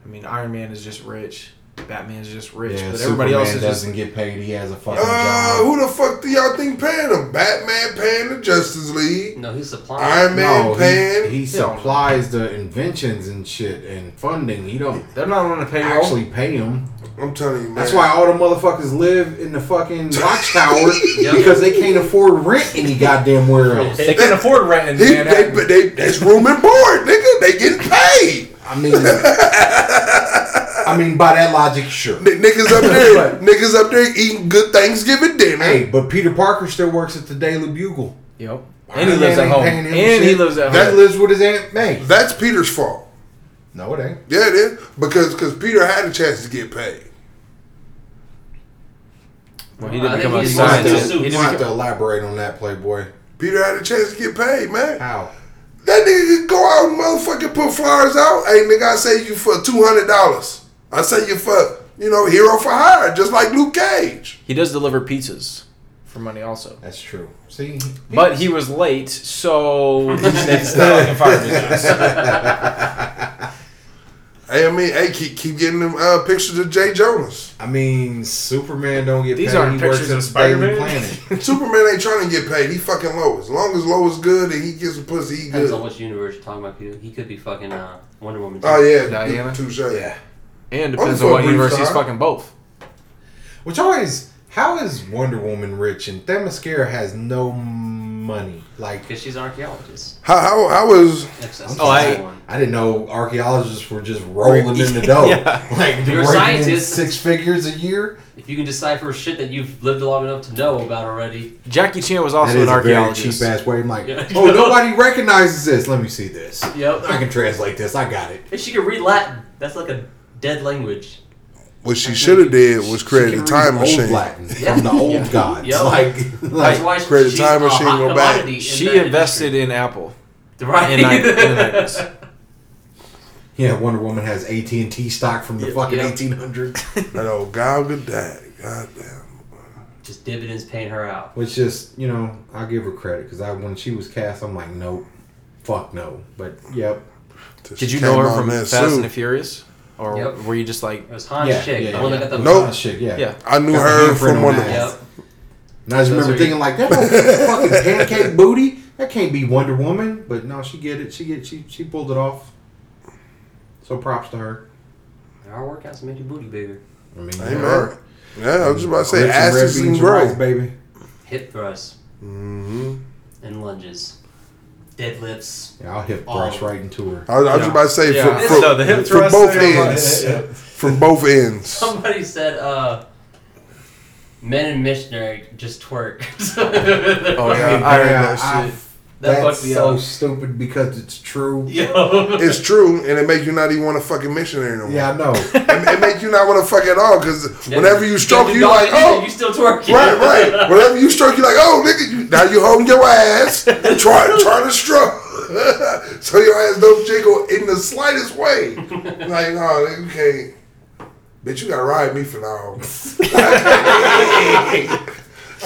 S2: I mean, Iron Man is just rich. Batman's just rich,
S1: Yeah,
S2: but everybody else
S1: Superman
S2: is just
S1: doesn't get paid. He has a fucking
S4: Uh,
S1: job.
S4: who the fuck do y'all think paying him? Batman paying the Justice League.
S3: No, he's supplying.
S4: Iron Man
S1: No,
S4: paying.
S1: he, he supplies the inventions and shit and funding. He don't
S2: They're not on the
S1: they
S2: payroll.
S1: actually pay him.
S4: I'm telling you, man.
S1: That's why all the motherfuckers live in the fucking watchtower
S3: Yeah.
S1: because they can't afford rent any goddamn where else.
S2: they can't afford rent in
S4: He, they,
S2: Manhattan.
S4: but they, that's room and board, nigga. They getting paid.
S1: I mean, I mean by that logic, sure.
S4: N- niggas up there, niggas up there eating good Thanksgiving dinner.
S1: Hey, but Peter Parker still works at the Daily Bugle.
S2: Yep.
S1: Iron
S2: And he lives
S1: Man
S2: at
S1: ain't
S2: home.
S1: paying
S2: And
S1: him shit.
S2: he lives at
S1: That
S2: home.
S1: lives with his aunt May.
S4: That's Peter's fault.
S1: No, it ain't.
S4: Yeah, it is because because Peter had a chance to get paid.
S2: Well, he
S3: I
S2: didn't
S3: think
S2: become
S3: he
S2: a
S3: just
S1: You might
S3: wanted
S2: scientist.
S1: have
S3: suit.
S1: to,
S2: He
S1: you
S2: didn't
S1: might have to
S2: become,
S1: elaborate on that, Playboy.
S4: Peter had a chance to get paid, man.
S1: How?
S4: That nigga could go out and motherfucking put flyers out. Hey, nigga, I save you for two hundred dollars. I save you for you know hero for hire, just like Luke Cage.
S2: he does deliver pizzas for money also.
S1: That's true. See,
S2: But he was late, so it's not like a fire business.
S4: Hey, I mean, hey, keep keep getting them uh, pictures of Jay Jonas.
S1: I mean, Superman don't get
S2: These
S1: paid.
S2: aren't
S1: he works
S2: pictures
S1: at
S2: of
S1: the Daily
S2: Spider-Man.
S1: Planet.
S4: Superman ain't trying to get paid. He fucking low. As long as low is good and he gets some pussy, he
S3: Depends on
S4: good.
S3: which universe you're talking about. Peter. He could be fucking uh, Wonder Woman.
S4: Oh
S3: too.
S4: yeah,
S2: Diana?
S4: Touche.
S1: Yeah.
S2: and depends
S4: for
S2: on
S4: a
S2: what
S4: brief
S2: universe he's
S4: time.
S2: fucking both.
S1: Which always, how is Wonder Woman rich and Themyscira has no money? Like,
S3: Because she's an archaeologist.
S4: How how how is
S3: That's, that's
S2: Oh,
S3: the
S2: I-
S3: second one.
S1: I didn't know archaeologists were just rolling in the dough.
S2: Yeah.
S1: Like,
S3: You're a
S1: raking in
S3: scientist.
S1: six figures a year.
S3: If you can decipher shit that you've lived long enough to know about already,
S2: Jackie Chan was
S1: That
S2: also
S1: is
S2: an
S1: a very cheap
S2: archaeologist.
S1: ass way. I'm like,
S3: Yeah.
S1: oh, nobody recognizes this. Let me see this.
S3: Yep.
S1: I can translate this. I got it.
S3: if she could read Latin, that's like a dead language.
S4: what she should have did was create
S1: She
S4: a
S1: can
S4: time
S1: read old
S4: machine.
S1: Latin
S3: Yeah.
S1: from the old
S2: Yeah.
S1: gods.
S3: Yep.
S1: Like,
S3: That's
S1: like
S3: why
S4: create a
S3: she's
S4: time
S3: a
S4: machine,
S3: hot
S4: go back.
S3: commodity in
S2: She
S3: that
S2: invested
S3: industry.
S2: in Apple.
S3: right.
S2: in nine- in the nineties.
S1: yeah, Wonder Woman has AT and T stock from the fucking
S3: yeah.
S1: 1800s,
S4: That old Gal Gadot. Goddamn.
S3: Just dividends paying her out.
S1: which just you know I give her credit because I when she was cast, I'm like, nope, fuck no. But yep,
S4: Till
S2: Did
S4: she
S2: you know
S4: came
S2: her
S4: out
S2: from
S4: in that
S2: Fast
S4: suit.
S2: and the Furious, or
S3: Yep.
S2: were you just like,
S3: It was Hans
S1: yeah,
S3: Chick,
S1: yeah,
S3: the one
S1: yeah.
S3: that got the
S4: Nope.
S1: That shit, yeah,
S2: yeah?
S4: I knew
S1: Got the
S4: her
S1: handprint
S4: from
S1: on
S4: one.
S1: that.
S4: of-
S3: Yep.
S1: And I just
S2: Those
S1: remember
S2: are-
S1: thinking like that motherfucking fucking pancake booty. That can't be Wonder Woman. But no, she get it. She get she she pulled it off. So props to her.
S3: Our workouts make your booty bigger.
S1: I mean,
S4: Hey,
S1: yeah.
S4: man. Yeah, I was just about to say,
S1: Grip some red
S4: asses
S1: beans
S4: and
S1: and
S4: grow.
S1: rice, baby.
S3: Hip thrusts
S4: Mm-hmm.
S3: and lunges, deadlifts.
S1: Yeah, I'll hip
S3: Oh.
S1: thrust right into her.
S4: I was, I was just about to say,
S2: Yeah.
S4: from, from,
S2: No, the hip
S4: from
S2: thrust
S4: both
S2: thing, I'm like,
S4: ends.
S2: yeah, yeah.
S4: From both ends.
S3: Somebody said, uh, men in missionary just twerk.
S2: Oh
S1: Hey,
S2: yeah, I
S1: man,
S2: heard that
S1: I-
S2: shit.
S3: That
S1: That's
S3: fucked me
S1: so
S3: up.
S1: stupid because it's true. Yeah,
S3: Yo.
S4: It's true, and it makes you not even want to fucking missionary no more.
S1: I know.
S4: It, it makes you not want to fuck at all, because whenever you stroke, you like, oh,
S3: you still twerking.
S4: Right, right. Whenever you stroke, you're like, oh, nigga, you, now you holding your ass, trying trying to stroke. so your ass don't jiggle in the slightest way. Like, no, nigga, you can't. Bitch, you gotta ride me for now. I'm,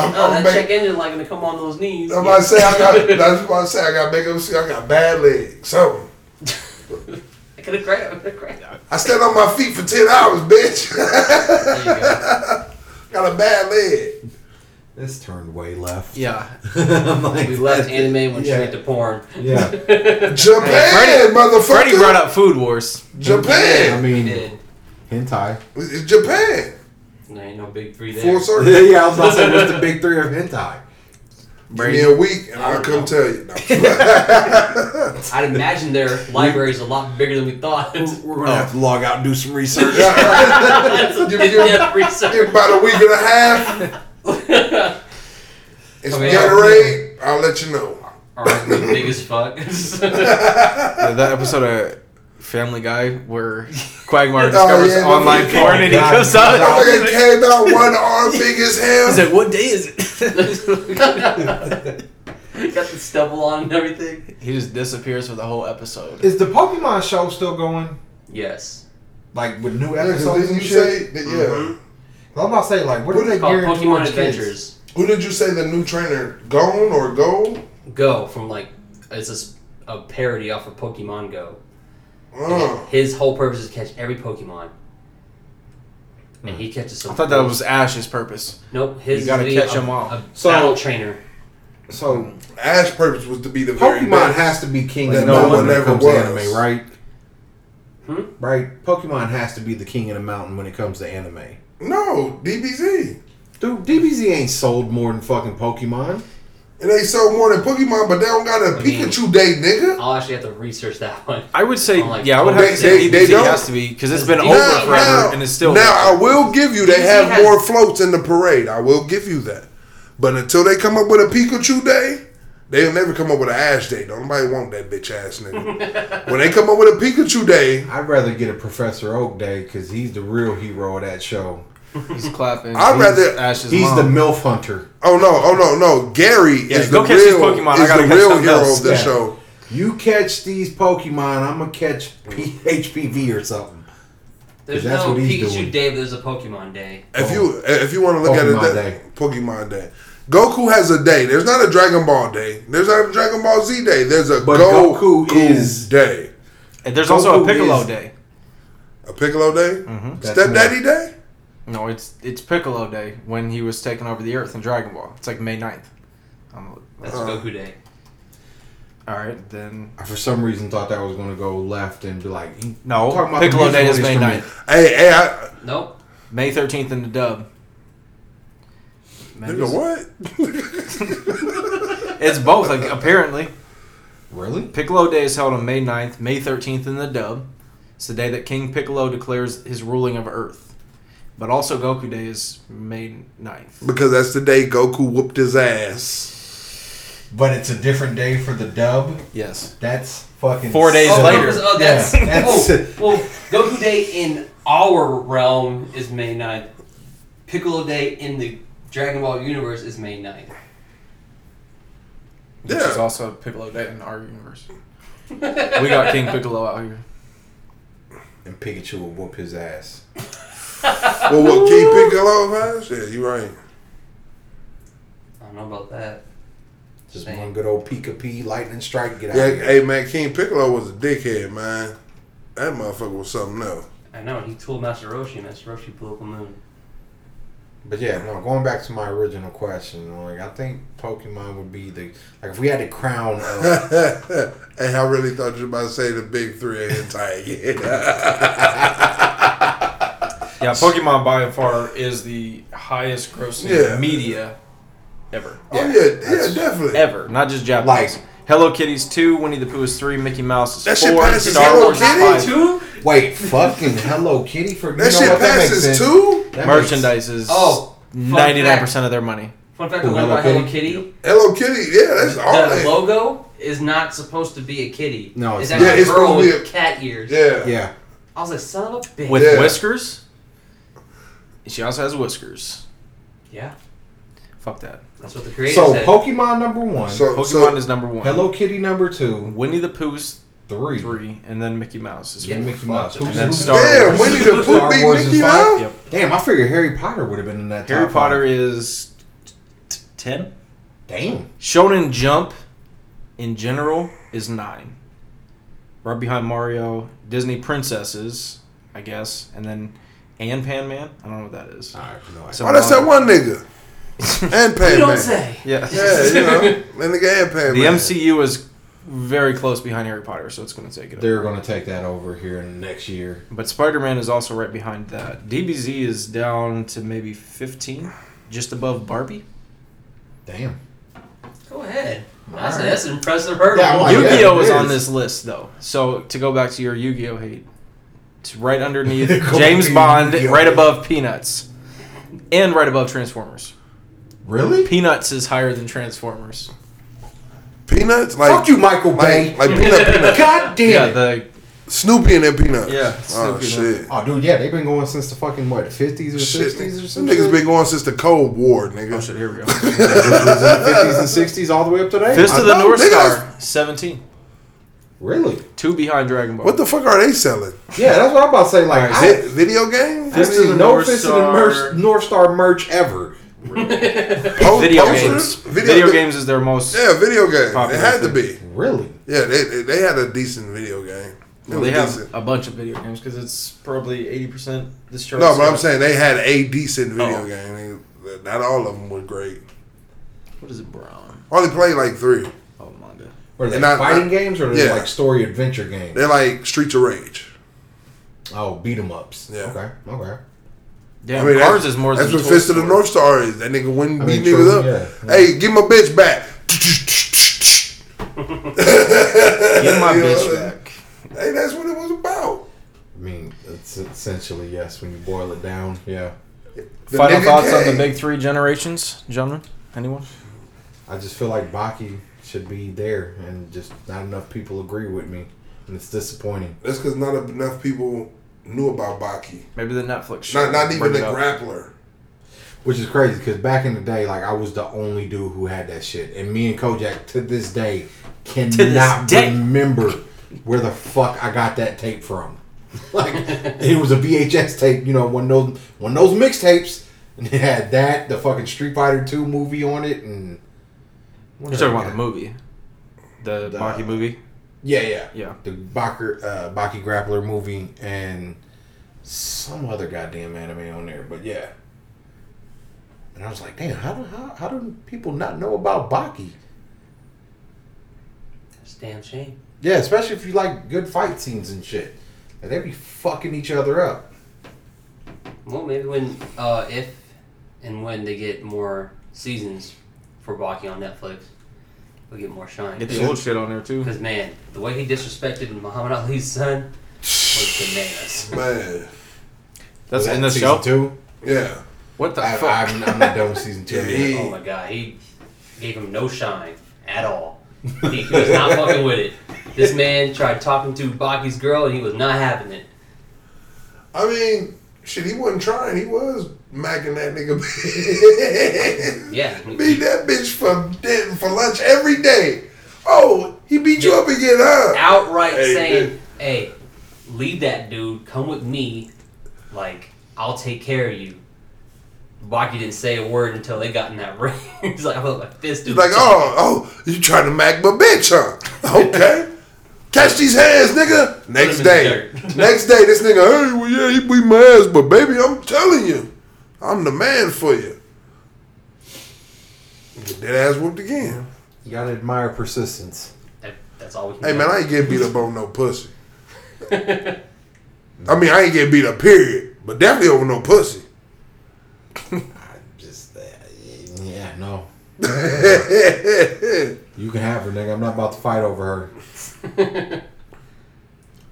S3: Oh,
S4: I'm,
S3: that
S4: make,
S3: check engine light gonna come on those knees.
S4: I'm about to say, I got, that's what I say, I got big I got bad legs, something.
S3: I could have grabbed. I could have grabbed.
S4: I stand on my feet for ten hours, bitch.
S3: There you go.
S4: Got a bad leg.
S1: This turned way left.
S2: Yeah.
S1: I'm like,
S3: We left anime, went
S1: Yeah.
S3: straight to porn.
S1: Yeah.
S4: Japan,
S2: Freddie-
S4: motherfucker.
S2: Freddie brought up Food Wars.
S1: I
S4: Japan.
S3: We
S1: mean,
S3: did.
S1: hentai.
S4: It's Japan.
S3: There ain't no big three there.
S4: Full circle.
S1: yeah, I was about to say, what's the big three of hentai?
S4: Give me a week and I'll come tell you. No.
S3: I'd imagine their library's a lot bigger than we thought.
S1: We're gonna have to log out and do some research.
S3: That's a
S4: Give me-
S3: big yeah, research.
S4: Give about a week and a half. It's
S3: Come here.
S4: Gatorade. I'll let you know.
S3: Alright, the biggest fuck.
S2: Uh, that episode of Family Guy where Quagmire
S4: Oh,
S2: discovers
S4: yeah, no,
S2: online
S4: he-
S2: porn and he
S1: God,
S2: comes out.
S4: I think it came out one arm big as
S2: He's
S4: hell.
S2: like, "What day is it?"
S3: Got the stubble on and everything.
S2: he just disappears for the whole episode.
S1: Is the Pokemon show still going?
S3: Yes.
S1: Like with new
S4: Yeah, 'cause
S1: episodes
S4: didn't
S1: and
S4: you
S1: shit?
S4: say that, yeah.
S3: Mhm.
S1: I'm about to say, like, what,
S4: What
S1: do they
S4: is it
S3: Called
S1: gearing
S3: Pokemon
S1: towards kids?
S3: Adventures.
S4: Who did you say the new trainer? Gone or go?
S3: Go from like it's a, s- a parody off of Pokemon Go.
S4: Uh,
S3: His whole purpose is to catch every Pokemon. And he catches some.
S2: I thought that was Ash's purpose.
S3: Nope, his
S2: You gotta
S3: is to be
S2: catch
S3: a,
S2: 'em all.
S3: A
S1: So-
S3: battle trainer.
S1: So
S4: Ash's purpose was to be the very
S1: Pokemon
S4: best.
S1: has to be king
S4: Like,
S1: of the
S4: no
S1: mountain
S4: one
S1: when it
S4: ever
S1: comes
S4: was.
S1: to anime, right?
S3: Hmm?
S1: Right? Pokemon has to be the king of the mountain when it comes to anime.
S4: no, DBZ.
S1: Dude, DBZ ain't sold more than fucking Pokemon.
S4: And they sold more than Pokemon, but they don't got a
S3: I mean-
S4: Pikachu day, nigga.
S3: I'll actually have to research that one.
S2: I would say,
S3: Oh, like,
S2: yeah, I would have
S4: they-
S2: to say
S4: they-
S2: DBZ
S4: they don't-
S2: has to be because it's been
S3: Now-
S2: over
S4: Now,
S2: forever
S4: now,
S2: and it's still.
S4: now I will give you they
S3: DBZ
S4: have
S3: has-
S4: more floats in the parade. I will give you that. But until they come up with a Pikachu day, they'll never come up with an Ash day. Don't nobody want that bitch ass nigga. when they come up with a Pikachu day,
S1: I'd rather get a Professor Oak day because he's the real hero of that show.
S2: he's clapping.
S4: I'd
S2: He's
S4: rather-
S2: Ash's
S1: He's
S2: mom.
S1: the MILF hunter.
S4: oh no, oh no, no. Gary is
S2: go
S4: the
S2: catch these
S4: real,
S2: Pokemon. I
S4: is
S2: gotta
S4: the
S2: catch
S4: real
S2: something
S4: hero
S2: else.
S4: of the
S1: Yeah.
S4: show.
S1: You catch these Pokemon, I'm gonna catch P- HPV or something.
S3: There's
S1: That's
S3: no
S1: what he's
S3: Pikachu
S1: doing.
S3: Day, but there's a Pokemon Day.
S4: If you
S2: Oh.
S4: if you want to look
S1: Pokemon
S4: at it, that,
S1: Day.
S4: Pokemon Day. Goku has a day. There's not a Dragon Ball day. There's not a Dragon Ball Z day. There's a
S1: But
S4: Goku,
S1: Goku is-
S4: day.
S2: And there's also
S1: Goku
S2: a Piccolo
S1: is-
S2: day.
S4: A Piccolo day.
S2: Mm-hmm.
S1: That's
S4: Stepdaddy day.
S2: No, it's it's Piccolo day when he was taking over the Earth in Dragon Ball. It's like May 9th. I'm,
S3: That's
S4: Uh.
S3: Goku Day.
S2: all right, then
S1: I for some reason thought that was gonna go left and be like he-
S2: no.
S1: Talking about the
S2: Piccolo
S1: music
S2: day is May
S1: instrument.
S2: 9th.
S4: Hey, hey, I,
S3: Nope.
S2: May 13th in the dub.
S4: nigga, what?
S2: It's both, like, apparently.
S1: Really?
S2: Piccolo Day is held on May 9th, May 13th in the dub. It's the day that King Piccolo declares his ruling of Earth. But also Goku Day is May 9th.
S4: Because that's the day Goku whooped his ass.
S1: But it's a different day for the dub.
S2: Yes.
S1: That's fucking
S2: Four days
S3: Oh,
S1: sick.
S2: later.
S3: no, 'cause- oh, that's,
S1: Yeah, that's-
S3: oh, well, Goku Day in our realm is May 9th. Piccolo Day in the Dragon Ball universe is May 9th.
S2: Which
S4: Yeah.
S2: is also Piccolo Day in our universe. we got King Piccolo out here.
S1: And Pikachu will whoop his ass.
S4: Well, what King Piccolo has? Yeah, you right.
S3: I don't know about that.
S1: Just
S3: Same.
S1: one good old Pika P lightning strike. Get out
S4: Yeah,
S1: of here.
S4: hey man, King Piccolo was a dickhead, man. That motherfucker was something else.
S3: I know, he told Master Roshi, and Master Roshi blew up a moon.
S1: But yeah, no. Going back to my original question, like I think Pokemon would be the like if we had the crown of
S4: hey, I really thought you were about to say the Oh, big three of hentai
S2: Yeah, Pokemon by far is the highest grossing
S4: Yeah.
S2: media ever.
S4: Oh yeah, yeah,
S1: that's-
S4: definitely.
S2: Ever. Not just Japanese.
S1: Like-
S2: Hello Kitty's 2, Winnie the Pooh is 3, Mickey Mouse is
S4: That shit
S2: 4,
S4: passes
S2: Star
S4: Hello
S2: Wars is
S4: Kitty
S2: 5.
S3: Two?
S1: wait, fucking Hello Kitty for you
S4: that
S1: know
S4: shit
S1: what? That makes
S4: passes
S1: sense.
S4: too.
S1: That makes-
S2: Merchandise is
S3: Oh, fun
S2: 99% of their money.
S3: Fun fact I
S1: Who,
S3: learned
S1: Hello
S3: about Hello
S1: Kitty?
S3: Kitty.
S4: Hello Kitty, yeah, that's all
S3: The
S4: that.
S3: logo is not supposed to be a kitty.
S1: No,
S3: it's
S1: it's
S3: actually
S1: not.
S4: Yeah, it's
S3: a girl
S4: supposed to
S3: with cat ears.
S4: yeah.
S1: Yeah,
S3: I was like, son of a bitch.
S2: with
S4: Yeah.
S2: whiskers. She also has whiskers.
S3: yeah,
S2: Fuck that.
S3: that's what the creator
S1: so
S3: said.
S1: Pokemon number one,
S4: So,
S2: Pokemon
S4: so
S2: is number one.
S1: Hello Kitty number two,
S2: Winnie the Pooh's
S1: three,
S2: three, and then Mickey Mouse is
S3: Yeah.
S1: and Mickey Mouse.
S3: And
S1: Who's-
S2: then
S1: who's-
S2: Star
S4: damn,
S2: Wars.
S4: Winnie the Pooh
S1: Star
S4: beat
S1: Wars is
S4: Mickey
S1: fine.
S4: Mouse.
S2: Yep.
S1: Damn, I figured Harry Potter would have been in that.
S2: Harry
S1: top
S2: Potter
S1: Five.
S2: is t- ten.
S1: Damn.
S2: Shonen Jump, in general, is nine. Right behind Mario, Disney princesses I guess, and then and Pan Man. I don't know what that is.
S1: I have no idea.
S2: So-
S4: Oh, that's that one nigga. And Pan
S3: You
S4: Man.
S3: don't say.
S2: Yeah.
S4: Yeah, you know. That nigga and Pan
S2: The
S4: Man.
S2: MCU is very close behind Harry Potter, so it's going to take it.
S1: They're gonna take that over here in next year.
S2: But Spider Man is also right behind that. DBZ is down to maybe 15, just above Barbie.
S1: Damn.
S3: Go ahead.
S1: All
S3: That's,
S1: right.
S3: that's an impressive hurdle.
S1: Yeah, I want-
S2: Yu Gi Oh!
S1: it
S2: is
S1: is.
S2: on this list, though. So to go back to your Yu Gi Oh! hate, it's right underneath
S1: Go
S2: James
S1: to
S2: Bond,
S1: Yu-Gi-Oh.
S2: right above Peanuts, and right above Transformers.
S1: Really?
S2: Peanuts is higher than Transformers.
S4: Peanuts? Like,
S1: Fuck you, Michael Bay.
S4: Like, like Peanut Peanut.
S1: God damn.
S2: Yeah,
S1: it.
S2: the
S4: Snoopy and then Peanuts.
S2: Yeah,
S4: Oh,
S2: Snoopy and
S4: shit.
S1: oh, dude, yeah, they've been going since the fucking what, fifties or
S4: Shit,
S1: sixties or
S4: some
S1: something.
S4: niggas been going since the Cold War, nigga.
S2: oh shit, here we go.
S1: fifties and sixties all the way up today.
S2: Fist of the
S4: know,
S2: North
S4: nigga.
S2: Star, seventeen,
S1: Really?
S2: two behind Dragon Ball.
S4: What the fuck are they selling?
S1: Yeah, that's what I'm about to say. Like, I,
S4: Vi- video games?
S1: I've
S2: Fist of
S1: seen
S2: the
S1: no
S2: North
S1: Fist
S2: Star-
S1: of the Mer- North Star merch ever.
S4: Po-
S2: video games?
S4: posters?
S2: Video, games is their most.
S4: Yeah, video games.
S2: Popular
S4: it had to
S2: thing.
S4: be.
S1: Really?
S4: Yeah, they, they, they had a decent video game. It
S2: Well,
S4: was
S2: they have
S4: decent.
S2: a bunch of video games because it's probably eighty percent this chart.
S4: No, but I'm saying they had a decent video
S2: Oh.
S4: game. They- Not all of them were great.
S2: What is it, Brown?
S4: Only played like three.
S2: Oh manga.
S1: Were they
S4: And I-
S1: fighting
S4: I-
S1: games or are they
S4: yeah.
S1: like story adventure games?
S4: They're like Streets of Rage.
S1: Oh, beat 'em ups.
S4: Yeah.
S1: Okay. Okay.
S2: Damn,
S4: I mean,
S2: Cars
S4: that's-
S2: is more
S4: That's
S2: than
S4: what Fist of the
S2: Toy Story.
S4: North Star is. That nigga wouldn't
S1: I
S4: beat
S1: mean, true,
S4: niggas up.
S1: yeah,
S4: Hey, give my bitch back.
S2: Get my
S4: You know
S2: bitch
S4: what I'm
S2: back.
S4: saying? Hey, that's what it was about.
S1: I mean, it's essentially yes when you boil it down. Yeah.
S4: The
S2: Final
S4: nigga
S2: thoughts on the
S4: came.
S2: big three generations, gentlemen? Anyone?
S1: I just feel like Baki should be there, and just not enough people agree with me, and it's disappointing.
S4: That's because not enough people knew about Baki.
S2: Maybe the Netflix show.
S4: Not not even
S2: Bring
S4: the
S2: it up.
S4: grappler.
S1: Which is crazy because back in the day, like I was the only dude who had that shit, and me and Kojak to this day cannot
S2: day.
S1: remember where the fuck I got that tape from. Like it was a VHS tape, you know, one of those one of those mixtapes, and it had that the fucking Street Fighter Two movie on it, and
S2: You're talking about the movie. The Baki movie?
S1: Yeah, yeah,
S2: Yeah.
S1: The Baki uh, Baki Grappler movie and some other goddamn anime on there, but yeah. And I was like, damn, how do how, how do people not know about Baki?
S3: That's a damn shame.
S1: Yeah, especially if you like good fight scenes and shit. Like, they be fucking each other up.
S3: Well, maybe when, uh, if and when they get more seasons for Baki on Netflix, we'll get more shine.
S2: Get the old shit on there too.
S3: Because, man, the way he disrespected Muhammad Ali's son was bananas.
S4: Man.
S2: That's
S1: Was that
S2: in the
S1: season
S2: show.
S1: two.
S4: Yeah.
S2: What the
S1: I,
S2: fuck?
S1: I'm, I'm not done with season two.
S4: Yeah,
S1: yet.
S4: he-
S3: oh, my God. He gave him no shine at all. He, he was not fucking with it. This man tried talking to Baki's girl, and he was not having it.
S4: I mean, shit, he wasn't trying. He was macking that nigga.
S3: Yeah.
S4: Beat that bitch for din- for lunch every day. Oh, he beat you up again, huh?
S3: outright
S4: Hey,
S3: saying,
S4: dude.
S3: "Hey, leave that dude. Come with me. Like, I'll take care of you." Baki didn't say a word until they got in that ring. He's like, "I was like this dude."
S4: He's like, oh, oh, you trying to mac my bitch, huh? Okay. Catch these hands, nigga. Next
S3: in
S4: day.
S3: the dirt.
S4: Next day, this nigga, hey, well, yeah, he beat my ass, but baby, I'm telling you, I'm the man for you. Get that ass whooped again.
S1: You gotta admire persistence.
S3: That- that's all we can.
S4: Hey
S3: do.
S4: man, I ain't getting beat up on no pussy. I mean, I ain't getting beat up, period. But definitely over no pussy.
S1: I just, uh, yeah, no.
S4: I,
S1: You can have her, nigga. I'm not about to fight over her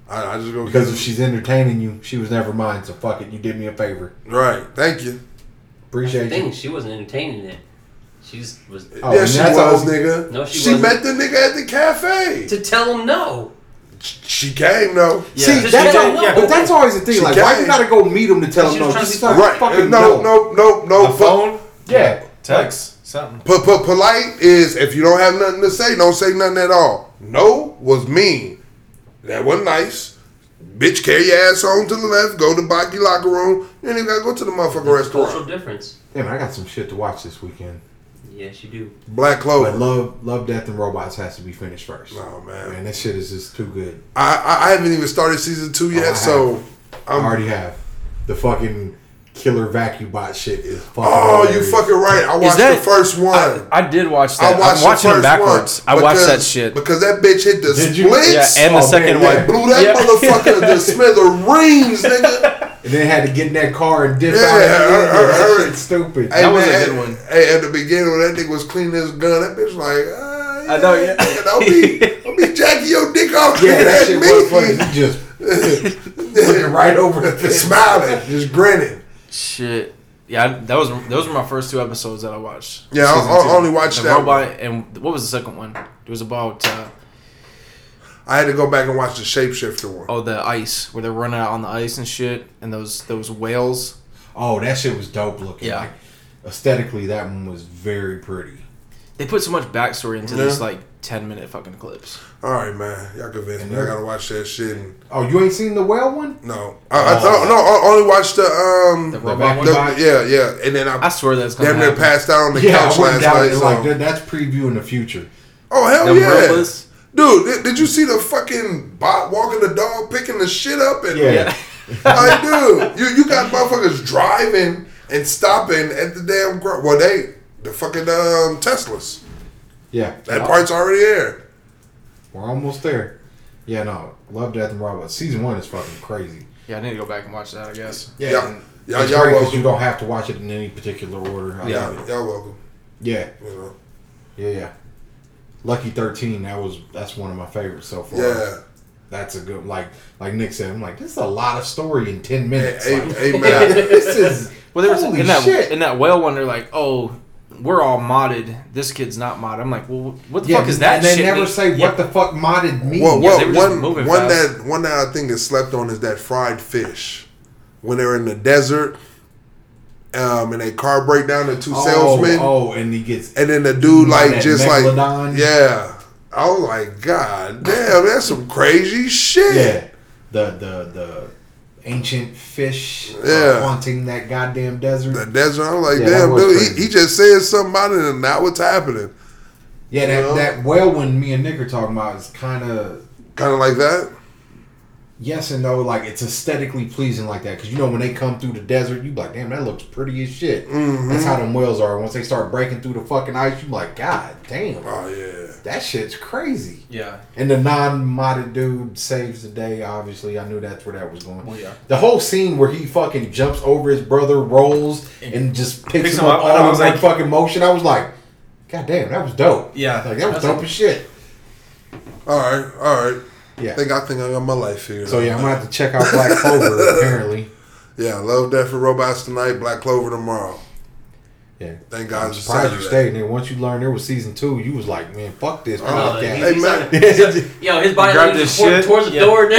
S4: I just go
S1: because if she's entertaining you, she was never mine. So fuck it. You did me a favor.
S4: right. Thank you.
S1: Appreciate
S3: The thing
S1: you.
S3: is, she wasn't entertaining it. She just was
S1: Oh,
S4: yeah,
S1: and
S4: she
S1: that's
S4: was,
S1: all-
S4: nigga.
S3: No, she
S4: she
S3: wasn't.
S4: met the nigga at the cafe.
S3: to tell him no.
S4: She came though.
S2: Yeah.
S1: See,
S3: Just
S1: that's
S3: you
S1: all,
S3: don't know.
S1: but that's always the thing.
S4: She
S1: like, why
S4: got
S1: you
S4: it.
S1: gotta go meet him to tell
S3: She
S1: him no?
S3: was trying to
S1: Just
S3: be-
S1: fucking,
S4: Right.
S1: fucking
S4: no, no, no, no.
S2: A
S4: fu-
S2: phone,
S1: Yeah.
S2: text, something.
S4: P- p- polite is if you don't have nothing to say, don't say nothing at all. No was mean. That wasn't nice. Bitch, carry your ass home to the left. Go to Baki locker room. You ain't even gotta go to the motherfucking
S3: Cultural
S4: restaurant.
S3: difference.
S1: Damn, I got some shit to watch this weekend.
S3: Yes, you do.
S4: Black
S1: But
S4: Clover.
S1: Love, Love, Death, and Robots has to be finished first.
S4: No man,
S1: Man, that shit is just too good.
S2: Oh,
S4: I, I I haven't even started season two
S1: I
S4: yet,
S1: have.
S4: so
S1: I
S4: I'm-
S1: already have. The fucking killer vacuum bot shit is fucking.
S4: Oh, you
S1: hilarious.
S4: fucking right. I watched
S2: that-
S4: the first one.
S2: I did watch
S4: I
S2: that.
S4: watched
S2: I'm watching it
S4: the first
S2: backwards.
S4: one
S2: I watched that
S4: because-
S2: shit.
S4: because that bitch hit the
S1: Did you?
S4: splits.
S2: Yeah, and the
S1: Oh, man,
S2: second
S4: They
S1: yeah.
S2: one.
S4: blew that
S2: Yeah.
S4: motherfucker to smithereens, nigga.
S1: And then had to get in that car and dip
S4: Yeah,
S1: out.
S4: her- her- her-
S1: Shit's stupid.
S4: Hey,
S2: was a
S4: man,
S2: good one.
S4: Hey, at the beginning when that nigga was cleaning his gun, that bitch like, ah, yeah,
S2: I know, yeah.
S4: nigga, don't be, don't be jacking your dick off.
S1: yeah, that
S4: at
S1: shit
S4: me.
S1: was funny. He just looking right over the fence.
S4: smiling, just grinning.
S2: Shit. Yeah, I- that was those were my first two episodes that I watched.
S4: Yeah, I-
S2: Season
S4: I
S2: two.
S4: only watched
S2: the
S4: that
S2: robot and what was the second one? It was about uh,
S4: I had to go back and watch the shapeshifter one.
S2: oh the ice where they're running out on the ice and shit and those those whales.
S1: Oh, that shit was dope looking.
S2: Yeah.
S1: Like, aesthetically, that one was very pretty.
S2: They put so much backstory into
S4: Yeah.
S2: these like ten minute fucking clips.
S4: All right, man, y'all convinced
S1: Mm-hmm.
S4: me. I gotta watch that shit. And,
S1: Oh, you ain't seen the whale one?
S4: no, I,
S1: Oh.
S4: I thought, no, I only watched the um,
S2: The
S1: The
S2: robot one.
S1: vacuum bot?
S4: the- yeah, yeah, and then I,
S2: I swear that's gonna
S4: damn near
S2: happen.
S4: passed out on the
S1: Yeah,
S4: couch
S1: I went
S4: last
S1: down
S4: night.
S1: and
S4: So.
S1: like that, that's previewing the future.
S4: oh hell
S2: Them
S4: yeah.
S2: robots.
S4: Dude, did, did you see the fucking bot walking the dog, picking the shit up, and
S1: Yeah.
S4: like, dude, you you got motherfuckers driving and stopping at the damn gro- well, they the fucking um Teslas.
S1: Yeah.
S4: That part's already there.
S1: We're almost there. Yeah, no. Love Death and Robots. Season one is fucking crazy.
S2: Yeah, I need to go back and watch that. I guess.
S1: Yeah.
S4: Y'all-
S1: and
S4: y'all-
S1: it's
S4: y'all
S1: great 'cause
S4: welcome.
S1: you don't have to watch it in any particular order. I
S4: Yeah,
S1: love it.
S4: y'all welcome.
S1: Yeah.
S4: You know,
S1: Yeah, yeah. Lucky thirteen, that was that's one of my favorites so far.
S4: yeah.
S1: That's a good like like Nick said, I'm like, this is a lot of story in ten minutes.
S4: Hey,
S1: Like,
S4: hey, man.
S1: this is
S2: Well, there was
S1: holy
S2: in that
S1: shit.
S2: in that whale one. They're like, oh, we're all modded. This kid's not modded. I'm like, well, what the
S1: yeah,
S2: fuck is that?
S1: And they
S2: shit
S1: never
S2: mean?
S1: say
S2: Yeah.
S1: what the fuck modded means.
S4: Well,
S2: Yeah,
S4: well
S2: they were just
S4: one
S2: moving
S4: one
S2: fast.
S4: that one that I think is slept on is that fried fish when they're in the desert, um, and they car break down the two
S1: oh,
S4: salesmen.
S1: Oh, and he gets
S4: And then the dude
S1: Like
S4: like
S1: that
S4: just like
S1: Megalodon?
S4: yeah. I was like, God damn, that's some crazy shit.
S1: yeah, the the the ancient fish uh,
S4: Yeah.
S1: haunting that goddamn desert.
S4: The desert. I'm like,
S1: Yeah, that
S4: damn,
S1: was
S4: dude,
S1: crazy.
S4: he, he just said something about it, and now what's happening?
S1: yeah, that
S4: you know?
S1: that whale one me and Nick are talking about is kind of
S4: Kind of like that.
S1: Yes and no, like it's aesthetically pleasing like that because you know when they come through the desert, you be like, damn, that looks pretty as shit.
S4: Mm-hmm.
S1: That's how them whales are. Once they start breaking through the fucking ice, you be like, god damn,
S4: Oh yeah.
S1: that shit's crazy.
S2: Yeah.
S1: And the non-modded dude saves the day. Obviously, I knew that's where that was going.
S2: Well, yeah.
S1: The whole scene where he fucking jumps over his brother, rolls, and just picks, him up,
S2: and I
S1: all in
S2: was
S1: one
S2: like-
S1: fucking motion, I was like, god damn, that was dope.
S2: Yeah.
S1: like that was
S2: That's
S1: dope
S2: like-
S1: as shit.
S4: All right, all right.
S1: Yeah.
S4: I think I think I got my life figured.
S1: So
S4: out.
S1: yeah, I'm gonna have to check out Black Clover apparently.
S4: yeah. Love, Death, and Robots tonight. Black Clover tomorrow.
S1: Yeah.
S4: Thank God.
S1: I'm
S4: it's
S1: surprised you
S4: Saturday.
S1: stayed, nigga. Once you learned there was season two, you was like, man, fuck this
S3: Uh,
S1: podcast.
S4: Oh, Hey, man.
S3: Yo, his body
S2: grabbed
S3: language
S2: this shit?
S3: was pointing towards the
S2: Yeah.
S3: door.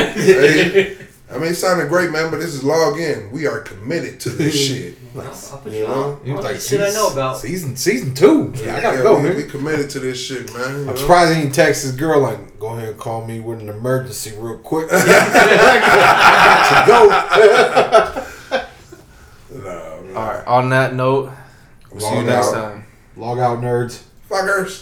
S3: dude.
S4: I mean, it sounded great, man, but this is log in. We are committed to this shit.
S3: I'll put
S1: You
S3: you
S1: know?
S3: on.
S1: He was
S3: All
S1: like,
S3: that shit I know
S1: seas-
S3: about.
S1: Season season two. Yeah, I gotta
S4: Yeah,
S1: go,
S4: we, We
S1: nigga.
S4: committed to this shit, man. you know?
S1: I'm surprised he didn't text his girl like, go ahead and call me with an emergency real quick. I got to
S4: Nah, man.
S2: All right. On that note, we'll see you
S1: Log
S2: next
S1: out.
S2: time.
S1: go. Log out, nerds.
S4: Fuckers.